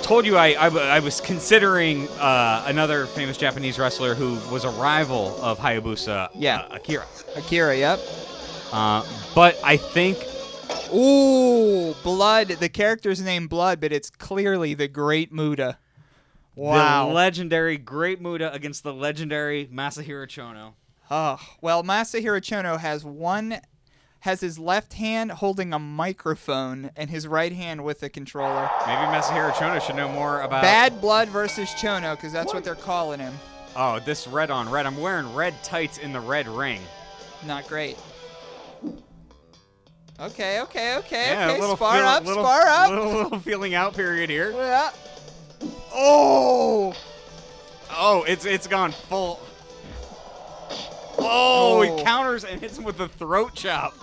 [SPEAKER 4] told you I, I, w- I was considering uh, another famous Japanese wrestler who was a rival of Hayabusa.
[SPEAKER 1] Yeah.
[SPEAKER 4] uh, Akira.
[SPEAKER 1] Akira, yep.
[SPEAKER 4] Uh, but I think
[SPEAKER 1] Ooh, Blood. The character's named Blood, but it's clearly the Great Muda. Wow.
[SPEAKER 4] the legendary Great Muda against the legendary Masahiro Chono.
[SPEAKER 1] Ugh. well, Masahiro Chono has one, has his left hand holding a microphone and his right hand with a controller.
[SPEAKER 4] Maybe Masahiro Chono should know more about.
[SPEAKER 1] Bad Blood versus Chono, because that's what they're calling him.
[SPEAKER 4] Oh, this red on red. I'm wearing red tights in the red ring.
[SPEAKER 1] Not great. Okay, okay, okay,
[SPEAKER 4] yeah,
[SPEAKER 1] okay.
[SPEAKER 4] a little
[SPEAKER 1] spar
[SPEAKER 4] feel-
[SPEAKER 1] up,
[SPEAKER 4] little,
[SPEAKER 1] spar up.
[SPEAKER 4] Little, <laughs> little feeling out period here.
[SPEAKER 1] Yeah. Oh.
[SPEAKER 4] Oh, it's it's gone full. Oh,
[SPEAKER 1] Oh.
[SPEAKER 4] he counters and hits him with the throat chop.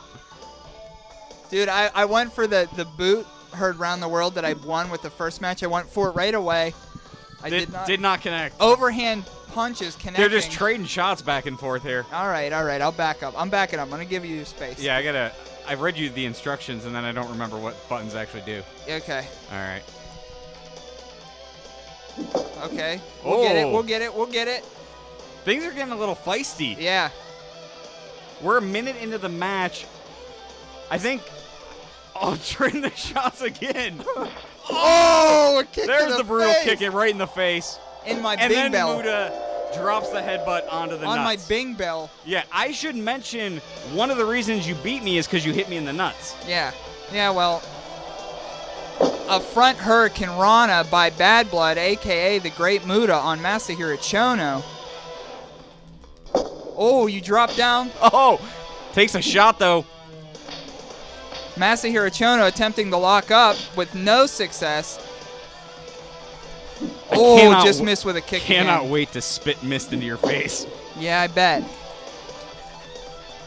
[SPEAKER 1] Dude, I, I went for the, the boot heard round the world that I won with the first match. I went for it right away. I did,
[SPEAKER 4] Did,
[SPEAKER 1] not. Oh,
[SPEAKER 4] did not connect.
[SPEAKER 1] Overhand punches connecting.
[SPEAKER 4] They're just trading shots back and forth here.
[SPEAKER 1] all right, all right. I'll back up. I'm backing up. I'm gonna give you your space.
[SPEAKER 4] Yeah, I gotta. I read you the instructions and then I don't remember what buttons actually do.
[SPEAKER 1] Okay.
[SPEAKER 4] All right.
[SPEAKER 1] Okay. We'll get it.
[SPEAKER 4] Oh.
[SPEAKER 1] We'll get it. We'll get it.
[SPEAKER 4] Things are getting a little feisty.
[SPEAKER 1] Yeah.
[SPEAKER 4] We're a minute into the match. I think I'll <laughs> turn the
[SPEAKER 1] <laughs>
[SPEAKER 4] shots again.
[SPEAKER 1] Oh, a kick to
[SPEAKER 4] There's the, brutal
[SPEAKER 1] face.
[SPEAKER 4] kick it right in the face.
[SPEAKER 1] in my
[SPEAKER 4] and
[SPEAKER 1] Bing
[SPEAKER 4] then
[SPEAKER 1] bell.
[SPEAKER 4] Muda drops the headbutt onto the
[SPEAKER 1] on my
[SPEAKER 4] nuts.
[SPEAKER 1] Bing bell.
[SPEAKER 4] yeah, I should mention one of the reasons you beat me is because you hit me in the nuts.
[SPEAKER 1] Yeah. Yeah. Well. A front hurricane Rana by Bad Blood, aka the Great Muda, on Masahiro Chono. Oh, you drop down.
[SPEAKER 4] Oh, takes a shot though.
[SPEAKER 1] Masahiro Chono attempting to lock up with no success. Oh,
[SPEAKER 4] cannot
[SPEAKER 1] just
[SPEAKER 4] w-
[SPEAKER 1] missed with a kick.
[SPEAKER 4] Cannot
[SPEAKER 1] again.
[SPEAKER 4] wait to spit mist into your face.
[SPEAKER 1] Yeah, I bet.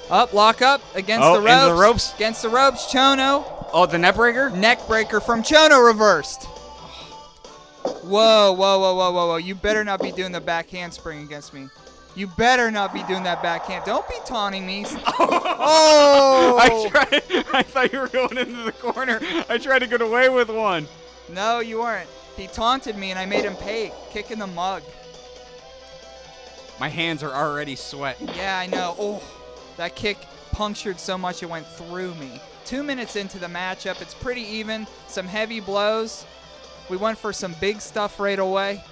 [SPEAKER 1] Up, lock up against
[SPEAKER 4] Oh,
[SPEAKER 1] the ropes.
[SPEAKER 4] into the ropes.
[SPEAKER 1] Against the ropes, Chono.
[SPEAKER 4] Oh, the net breaker?
[SPEAKER 1] Neck breaker from Chono reversed. Whoa, whoa, whoa, whoa, whoa, whoa. You better not be doing the back handspring against me. You better not be doing that backhand. Don't be taunting
[SPEAKER 4] <laughs>
[SPEAKER 1] me. Oh!
[SPEAKER 4] I tried. <laughs> I thought you were going into the corner. I tried to get away with one.
[SPEAKER 1] No, you weren't. He taunted me and I made him pay. Kick in the mug.
[SPEAKER 4] My hands are already sweating.
[SPEAKER 1] Yeah, I know. Oh, that kick punctured so much it went through me. Two minutes into the matchup, it's pretty even. Some heavy blows. We went for some big stuff right away.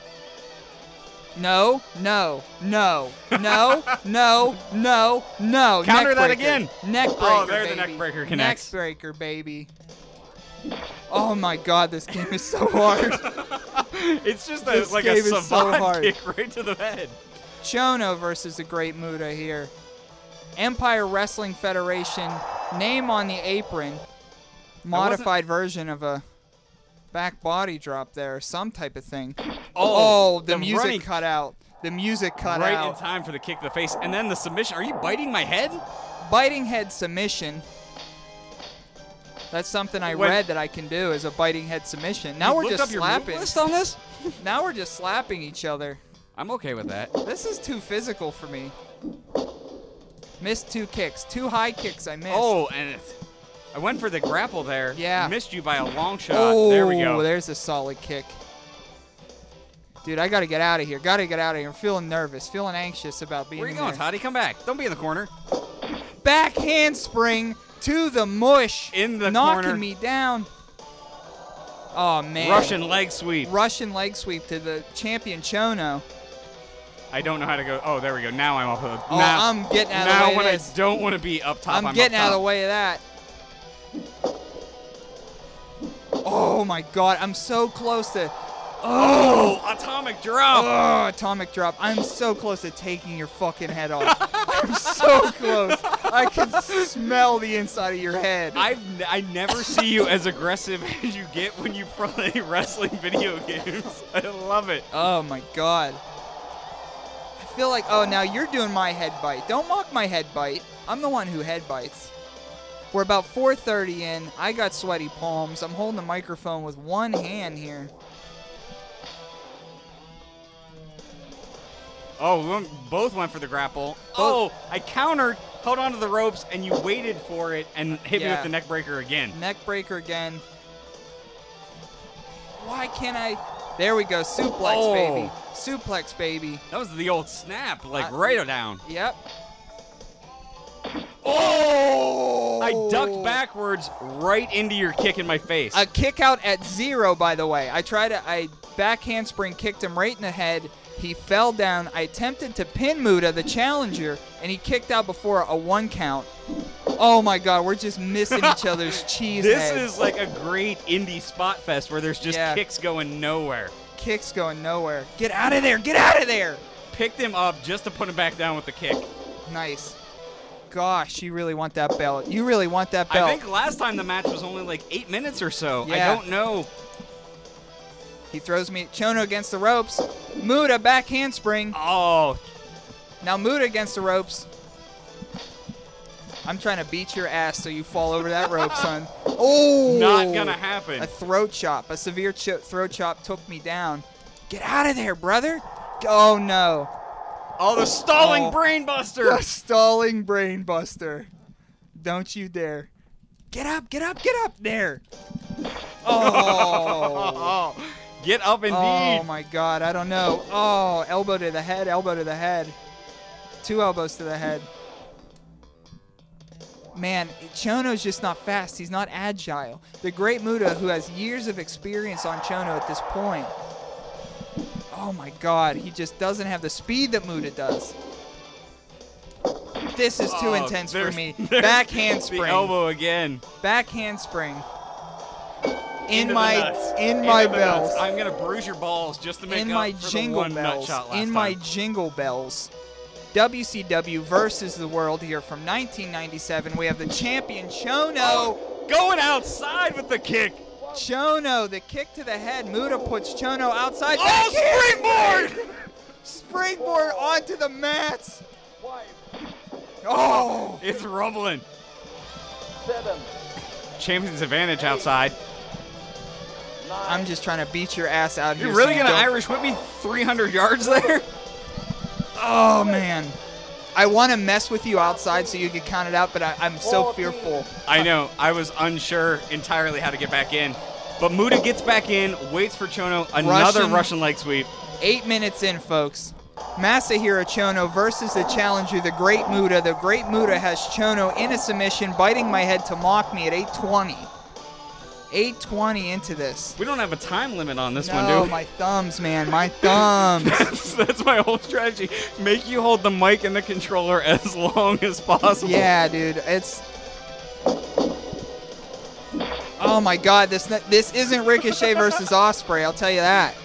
[SPEAKER 1] No, no, no, no, no, no, no.
[SPEAKER 4] Counter
[SPEAKER 1] Neck
[SPEAKER 4] that
[SPEAKER 1] breaker.
[SPEAKER 4] again.
[SPEAKER 1] Neck breaker.
[SPEAKER 4] Oh, there the
[SPEAKER 1] baby.
[SPEAKER 4] neck breaker connects.
[SPEAKER 1] Neck breaker, baby. Oh my god, this game is so hard.
[SPEAKER 4] It's just a,
[SPEAKER 1] This
[SPEAKER 4] like
[SPEAKER 1] game
[SPEAKER 4] a
[SPEAKER 1] is so
[SPEAKER 4] savant <laughs>
[SPEAKER 1] hard.
[SPEAKER 4] kick right to the head.
[SPEAKER 1] Chono versus the Great Muda here. Empire Wrestling Federation, name on the apron, modified version of a back body drop there, some type of thing. Oh, the, music
[SPEAKER 4] running
[SPEAKER 1] cut out. The music cut
[SPEAKER 4] right in
[SPEAKER 1] out.
[SPEAKER 4] time for the kick to the face, and then the submission. Are you biting my head?
[SPEAKER 1] biting head submission. That's something I
[SPEAKER 4] When-
[SPEAKER 1] read that I can do is a biting head submission. Now
[SPEAKER 4] You
[SPEAKER 1] we're
[SPEAKER 4] looked
[SPEAKER 1] just
[SPEAKER 4] up your move
[SPEAKER 1] slapping.
[SPEAKER 4] list on this?
[SPEAKER 1] <laughs> Now we're just slapping each other.
[SPEAKER 4] I'm okay with that.
[SPEAKER 1] This is too physical for me. Missed two kicks, two high kicks I missed.
[SPEAKER 4] Oh, and it, I went for the grapple there.
[SPEAKER 1] Yeah.
[SPEAKER 4] missed you by a long shot.
[SPEAKER 1] Oh,
[SPEAKER 4] there we go.
[SPEAKER 1] There's a solid kick. Dude, I gotta get out of here. Gotta get out of here. I'm feeling nervous, feeling anxious about being
[SPEAKER 7] Where are you
[SPEAKER 1] in
[SPEAKER 7] going,
[SPEAKER 1] there.
[SPEAKER 7] Toddy? Come back. Don't be in the corner.
[SPEAKER 1] Back handspring to the mush.
[SPEAKER 7] In the
[SPEAKER 1] knocking
[SPEAKER 7] corner.
[SPEAKER 1] me down. Oh man.
[SPEAKER 4] Russian leg sweep.
[SPEAKER 1] Russian leg sweep to the champion Chono.
[SPEAKER 4] I don't know how to go. Oh, there we go. Now I'm up.
[SPEAKER 1] Oh,
[SPEAKER 4] now,
[SPEAKER 1] I'm getting out of
[SPEAKER 4] now
[SPEAKER 1] the way
[SPEAKER 4] when
[SPEAKER 1] of
[SPEAKER 4] I
[SPEAKER 1] this.
[SPEAKER 4] don't want to be up top, I'm,
[SPEAKER 1] I'm getting
[SPEAKER 4] up
[SPEAKER 1] out of
[SPEAKER 4] top.
[SPEAKER 1] the way of that. Oh my god, I'm so close to
[SPEAKER 4] Oh, atomic drop.
[SPEAKER 1] Oh, atomic drop. I'm so close to taking your fucking head off.
[SPEAKER 4] <laughs>
[SPEAKER 1] I'm so close. I can smell the inside of your head.
[SPEAKER 4] I've n- I never see you as aggressive <laughs> as you get when you play <laughs> wrestling video games. <laughs> I love it.
[SPEAKER 1] oh my god. I feel like oh now you're doing my head bite. Don't mock my head bite. I'm the one who head bites. We're about 4:30 in. I got sweaty palms. I'm holding the microphone with one hand here.
[SPEAKER 4] Oh, we went- both went for the grapple. Oh, I countered, held onto the ropes, and you waited for it and hit me
[SPEAKER 1] Yeah.
[SPEAKER 4] with the neck breaker again.
[SPEAKER 1] Neck breaker again. Why can't I? There we go. Suplex
[SPEAKER 4] Oh.
[SPEAKER 1] baby. Suplex baby.
[SPEAKER 4] That was the old snap, like
[SPEAKER 1] I-
[SPEAKER 4] right down.
[SPEAKER 1] Yep.
[SPEAKER 4] Oh! I
[SPEAKER 1] Oh.
[SPEAKER 4] ducked backwards right into your kick in my face.
[SPEAKER 1] A kick out at zero, by the way. I tried to, I back handspring kicked him right in the head. He fell down. I attempted to pin Muda, the challenger, and he kicked out before a one count. Oh my god, we're just missing
[SPEAKER 4] <laughs>
[SPEAKER 1] each other's cheese.
[SPEAKER 4] this
[SPEAKER 1] heads.
[SPEAKER 4] is like a great indie spot fest where there's just
[SPEAKER 1] Yeah.
[SPEAKER 4] kicks going nowhere.
[SPEAKER 1] kicks going nowhere. Get out of there! Get out of there!
[SPEAKER 4] Picked him up just to put him back down with the kick.
[SPEAKER 1] Nice. Gosh, you really want that belt. You really want that belt.
[SPEAKER 4] I think last time the match was only like eight minutes or so.
[SPEAKER 1] Yeah.
[SPEAKER 4] I don't know.
[SPEAKER 1] he throws me Chono against the ropes. Muda back handspring.
[SPEAKER 4] Oh,
[SPEAKER 1] Now Muda against the ropes. I'm trying to beat your ass so you fall over that
[SPEAKER 4] <laughs>
[SPEAKER 1] rope, son. Oh!
[SPEAKER 4] not gonna happen.
[SPEAKER 1] A throat chop, a severe cho- throat chop took me down. Get out of there, brother! Oh no!
[SPEAKER 4] Oh, the stalling
[SPEAKER 1] Oh.
[SPEAKER 4] brainbuster.
[SPEAKER 1] stalling brain buster. Don't you dare! Get up! Get up! Get up
[SPEAKER 4] <laughs>
[SPEAKER 1] there! Oh!
[SPEAKER 4] Oh, get up indeed.
[SPEAKER 1] Oh my god, I don't know. Oh, elbow to the head, elbow to the head. Two elbows to the head. Man, Chono's just not fast. He's not agile. The great Muda, who has years of experience on Chono at this point. Oh my god, he just doesn't have the speed that Muda does. This is too
[SPEAKER 4] Oh,
[SPEAKER 1] intense for
[SPEAKER 4] there's-
[SPEAKER 1] me.
[SPEAKER 4] <laughs> there's
[SPEAKER 1] Back
[SPEAKER 4] The
[SPEAKER 1] handspring.
[SPEAKER 4] elbow again.
[SPEAKER 1] Back handspring. In
[SPEAKER 4] Into the
[SPEAKER 1] my
[SPEAKER 4] nuts.
[SPEAKER 1] in
[SPEAKER 4] Into
[SPEAKER 1] my
[SPEAKER 4] the nuts.
[SPEAKER 1] bells
[SPEAKER 4] I'm gonna bruise your balls just to make
[SPEAKER 1] in
[SPEAKER 4] up
[SPEAKER 1] my
[SPEAKER 4] for the
[SPEAKER 1] jingle
[SPEAKER 4] one nut
[SPEAKER 1] bells.
[SPEAKER 4] shot last
[SPEAKER 1] In
[SPEAKER 4] time.
[SPEAKER 1] my jingle bells. WCW versus the world here from 1997. We have the champion Chono.
[SPEAKER 4] going outside with the kick.
[SPEAKER 1] Chono, the kick to the head. Muda puts Chono outside.
[SPEAKER 4] Oh,
[SPEAKER 1] Back here!
[SPEAKER 4] springboard!
[SPEAKER 1] Springboard onto the mats. Oh!
[SPEAKER 4] It's rumbling. Seven. Champion's advantage outside.
[SPEAKER 1] I'm just trying to beat your ass out here.
[SPEAKER 4] You're really
[SPEAKER 1] so
[SPEAKER 4] gonna
[SPEAKER 1] don't-
[SPEAKER 4] Irish whip me 300 yards there? <laughs>
[SPEAKER 1] Oh man. I want to mess with you outside so you get counted out, but I, I'm so fearful.
[SPEAKER 4] I know. I was unsure entirely how to get back in. But Muda gets back in, waits for Chono, another
[SPEAKER 1] Russian-
[SPEAKER 4] Russian, leg sweep.
[SPEAKER 1] Eight minutes in, folks. Masahiro Chono versus the challenger, the Great Muda. The Great Muda has Chono in a submission, biting my head to mock me at 8:20. 8:20 into this.
[SPEAKER 4] We don't have a time limit on this one, do
[SPEAKER 1] No,
[SPEAKER 4] we?
[SPEAKER 1] my thumbs, man, my
[SPEAKER 4] <laughs>
[SPEAKER 1] thumbs.
[SPEAKER 4] that's, that's my whole strategy. Make you hold the mic and the controller as long as possible.
[SPEAKER 1] yeah, dude, it's. Oh my God, this this isn't Ricochet versus Osprey. I'll tell you that.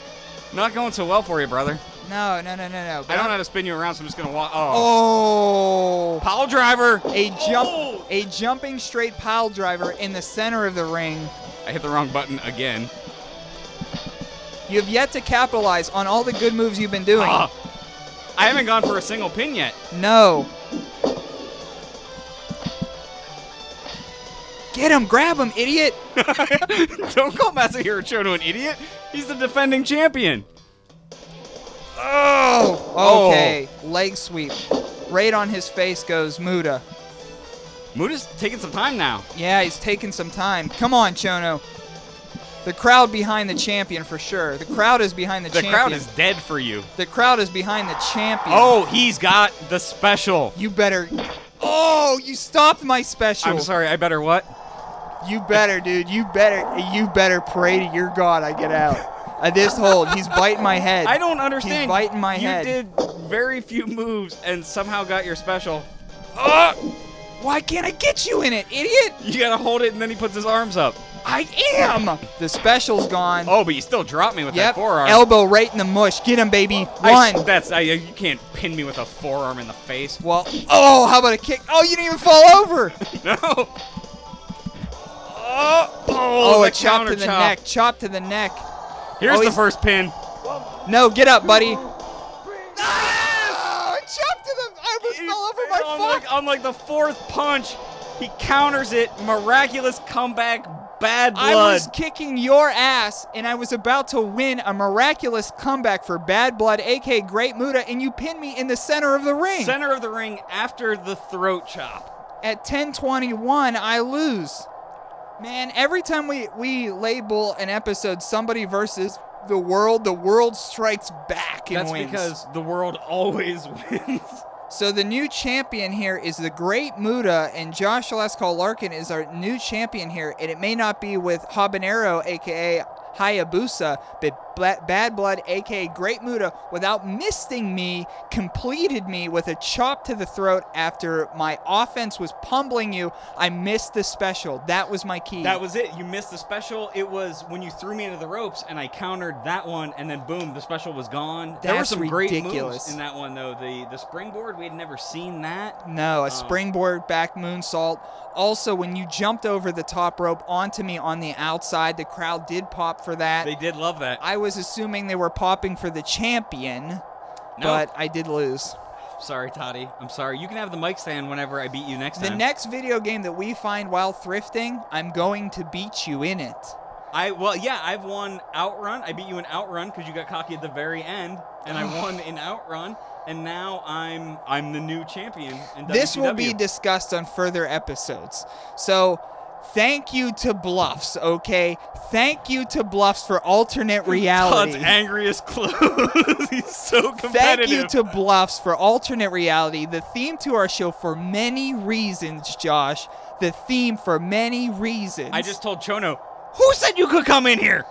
[SPEAKER 4] Not going so well for you, brother.
[SPEAKER 1] No, no, no, no, no.
[SPEAKER 4] I don't know how to spin you around, so I'm just gonna walk. Oh.
[SPEAKER 1] Oh.
[SPEAKER 4] Pile driver.
[SPEAKER 1] A jump,
[SPEAKER 4] Oh!
[SPEAKER 1] a jumping straight pile driver in the center of the ring.
[SPEAKER 4] I hit the wrong button again.
[SPEAKER 1] You have yet to capitalize on all the good moves you've been doing.
[SPEAKER 4] Ah. I haven't gone for a single pin yet. <laughs>
[SPEAKER 1] No. Get him, grab him, idiot.
[SPEAKER 4] Don't call Masahiro Chono an idiot. He's the defending champion. Oh.
[SPEAKER 1] Okay, leg sweep. Right on his face goes Muda.
[SPEAKER 4] Muda's taking some time now.
[SPEAKER 1] Yeah, he's taking some time. Come on, Chono. The crowd behind the champion for sure. The crowd is behind the,
[SPEAKER 4] The
[SPEAKER 1] champion.
[SPEAKER 4] crowd is dead for you.
[SPEAKER 1] the crowd is behind the champion.
[SPEAKER 4] Oh, he's got the special.
[SPEAKER 1] you better. Oh, you stopped my special.
[SPEAKER 4] I'm sorry, I better what?
[SPEAKER 1] You better, dude. You better. You better pray to your God I get out. Uh, this hold. He's biting my head.
[SPEAKER 4] I don't understand.
[SPEAKER 1] He's biting my
[SPEAKER 4] you
[SPEAKER 1] head.
[SPEAKER 4] did very few moves and somehow got your special. Uh,
[SPEAKER 1] Why can't I get you in it, idiot?
[SPEAKER 4] You gotta hold it and then he puts his arms up.
[SPEAKER 1] I am. The special's gone.
[SPEAKER 4] Oh, but you still dropped me with
[SPEAKER 1] yep.
[SPEAKER 4] that forearm.
[SPEAKER 1] Elbow right in the mush. Get him, baby.
[SPEAKER 4] I-
[SPEAKER 1] One.
[SPEAKER 4] that's I, you can't pin me with a forearm in the face. <laughs>
[SPEAKER 1] well. Oh, how about a kick? Oh, you didn't even fall over.
[SPEAKER 4] No. Oh, oh,
[SPEAKER 1] Oh,
[SPEAKER 4] the
[SPEAKER 1] a chop
[SPEAKER 4] counter
[SPEAKER 1] to the neck. Chop to the neck.
[SPEAKER 4] Here's
[SPEAKER 1] Oh,
[SPEAKER 4] the
[SPEAKER 1] he's-
[SPEAKER 4] first pin.
[SPEAKER 1] No, get up, buddy. Ah! Chop to the. I almost fell over my
[SPEAKER 4] on,
[SPEAKER 1] foot.
[SPEAKER 4] like, on like the fourth punch, he counters it. Miraculous comeback. Bad blood.
[SPEAKER 1] I was kicking your ass, and I was about to win a miraculous comeback for Bad Blood, aka Great Muda, and you pinned me in the center of the ring.
[SPEAKER 4] center of the ring after the throat chop.
[SPEAKER 1] At 10:21, I lose. Man, every time we we label an episode somebody versus the world, the world strikes back and
[SPEAKER 4] That's
[SPEAKER 1] wins.
[SPEAKER 4] because the world <laughs> always wins.
[SPEAKER 1] so the new champion here is the Great Muda, and Josh Alaskal Larkin is our new champion here, and it may not be with Habanero, aka Hayabusa, but Bla- Bad Blood, aka Great Muda, without misting me, completed me with a chop to the throat after my offense was pummeling you. I missed the special. That was my key.
[SPEAKER 4] That was it. You missed the special. It was when you threw me into the ropes and I countered that one, and then boom, the special was gone. there were
[SPEAKER 1] That's
[SPEAKER 4] some great
[SPEAKER 1] ridiculous.
[SPEAKER 4] moves in that one though. The the springboard we had never seen that.
[SPEAKER 1] No, a springboard back moonsault. Also, when you jumped over the top rope onto me on the outside, the crowd did pop for that.
[SPEAKER 4] They did love that.
[SPEAKER 1] I was assuming they were popping for the champion,
[SPEAKER 4] No.
[SPEAKER 1] but I did lose.
[SPEAKER 4] Sorry, Toddy. I'm sorry. You can have the mic stand whenever I beat you next
[SPEAKER 1] The
[SPEAKER 4] time.
[SPEAKER 1] next video game that we find while thrifting, I'm going to beat you in it.
[SPEAKER 4] I well, yeah, I've won outrun. I beat you in outrun because you got cocky at the very end, and
[SPEAKER 1] <sighs>
[SPEAKER 4] I won in outrun. And now I'm I'm the new champion. In E.
[SPEAKER 1] This will be
[SPEAKER 4] WCW.
[SPEAKER 1] discussed on further episodes. So, thank you to Bluffs, okay? Thank you to Bluffs for
[SPEAKER 4] <laughs>
[SPEAKER 1] alternate reality.
[SPEAKER 4] Todd's angriest clothes. <laughs> He's so competitive.
[SPEAKER 1] Thank you to Bluffs for alternate reality, the theme to our show for many reasons, Josh. The theme for many reasons.
[SPEAKER 4] I just told Chono, who said you could come in here?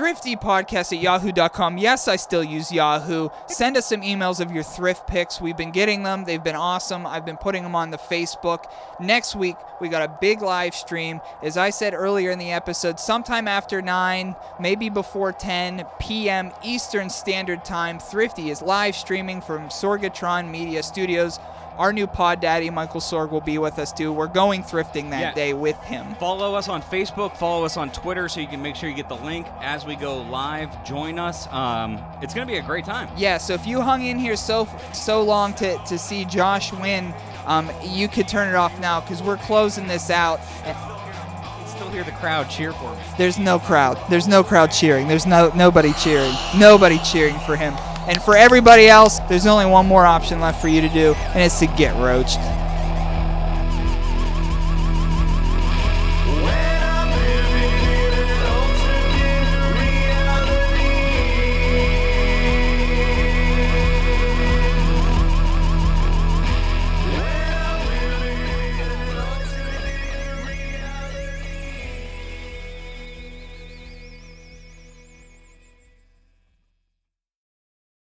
[SPEAKER 1] thriftypodcast at yahoo.com. Yes, I still use Yahoo. Send us some emails of your thrift picks. We've been getting them. They've been awesome. I've been putting them on the Facebook. Next week, we got a big live stream. As I said earlier in the episode, sometime after 9, maybe before 10 p.m. Eastern Standard Time, Thrifty is live streaming from Sorgatron Media Studios. Our new pod daddy, Michael Sorg, will be with us too. We're going thrifting that
[SPEAKER 4] Yeah.
[SPEAKER 1] day with him.
[SPEAKER 4] Follow us on Facebook. Follow us on Twitter so you can make sure you get the link as we go live. Join us. Um, it's gonna be a great time.
[SPEAKER 1] Yeah, so if you hung in here so so long to, to see Josh win, um, you could turn it off now because we're closing this out. And
[SPEAKER 4] I can still hear the crowd cheer for me.
[SPEAKER 1] there's no crowd. There's no crowd cheering. There's no nobody cheering. Nobody cheering for him. And for everybody else, there's only one more option left for you to do, and it's to get roached.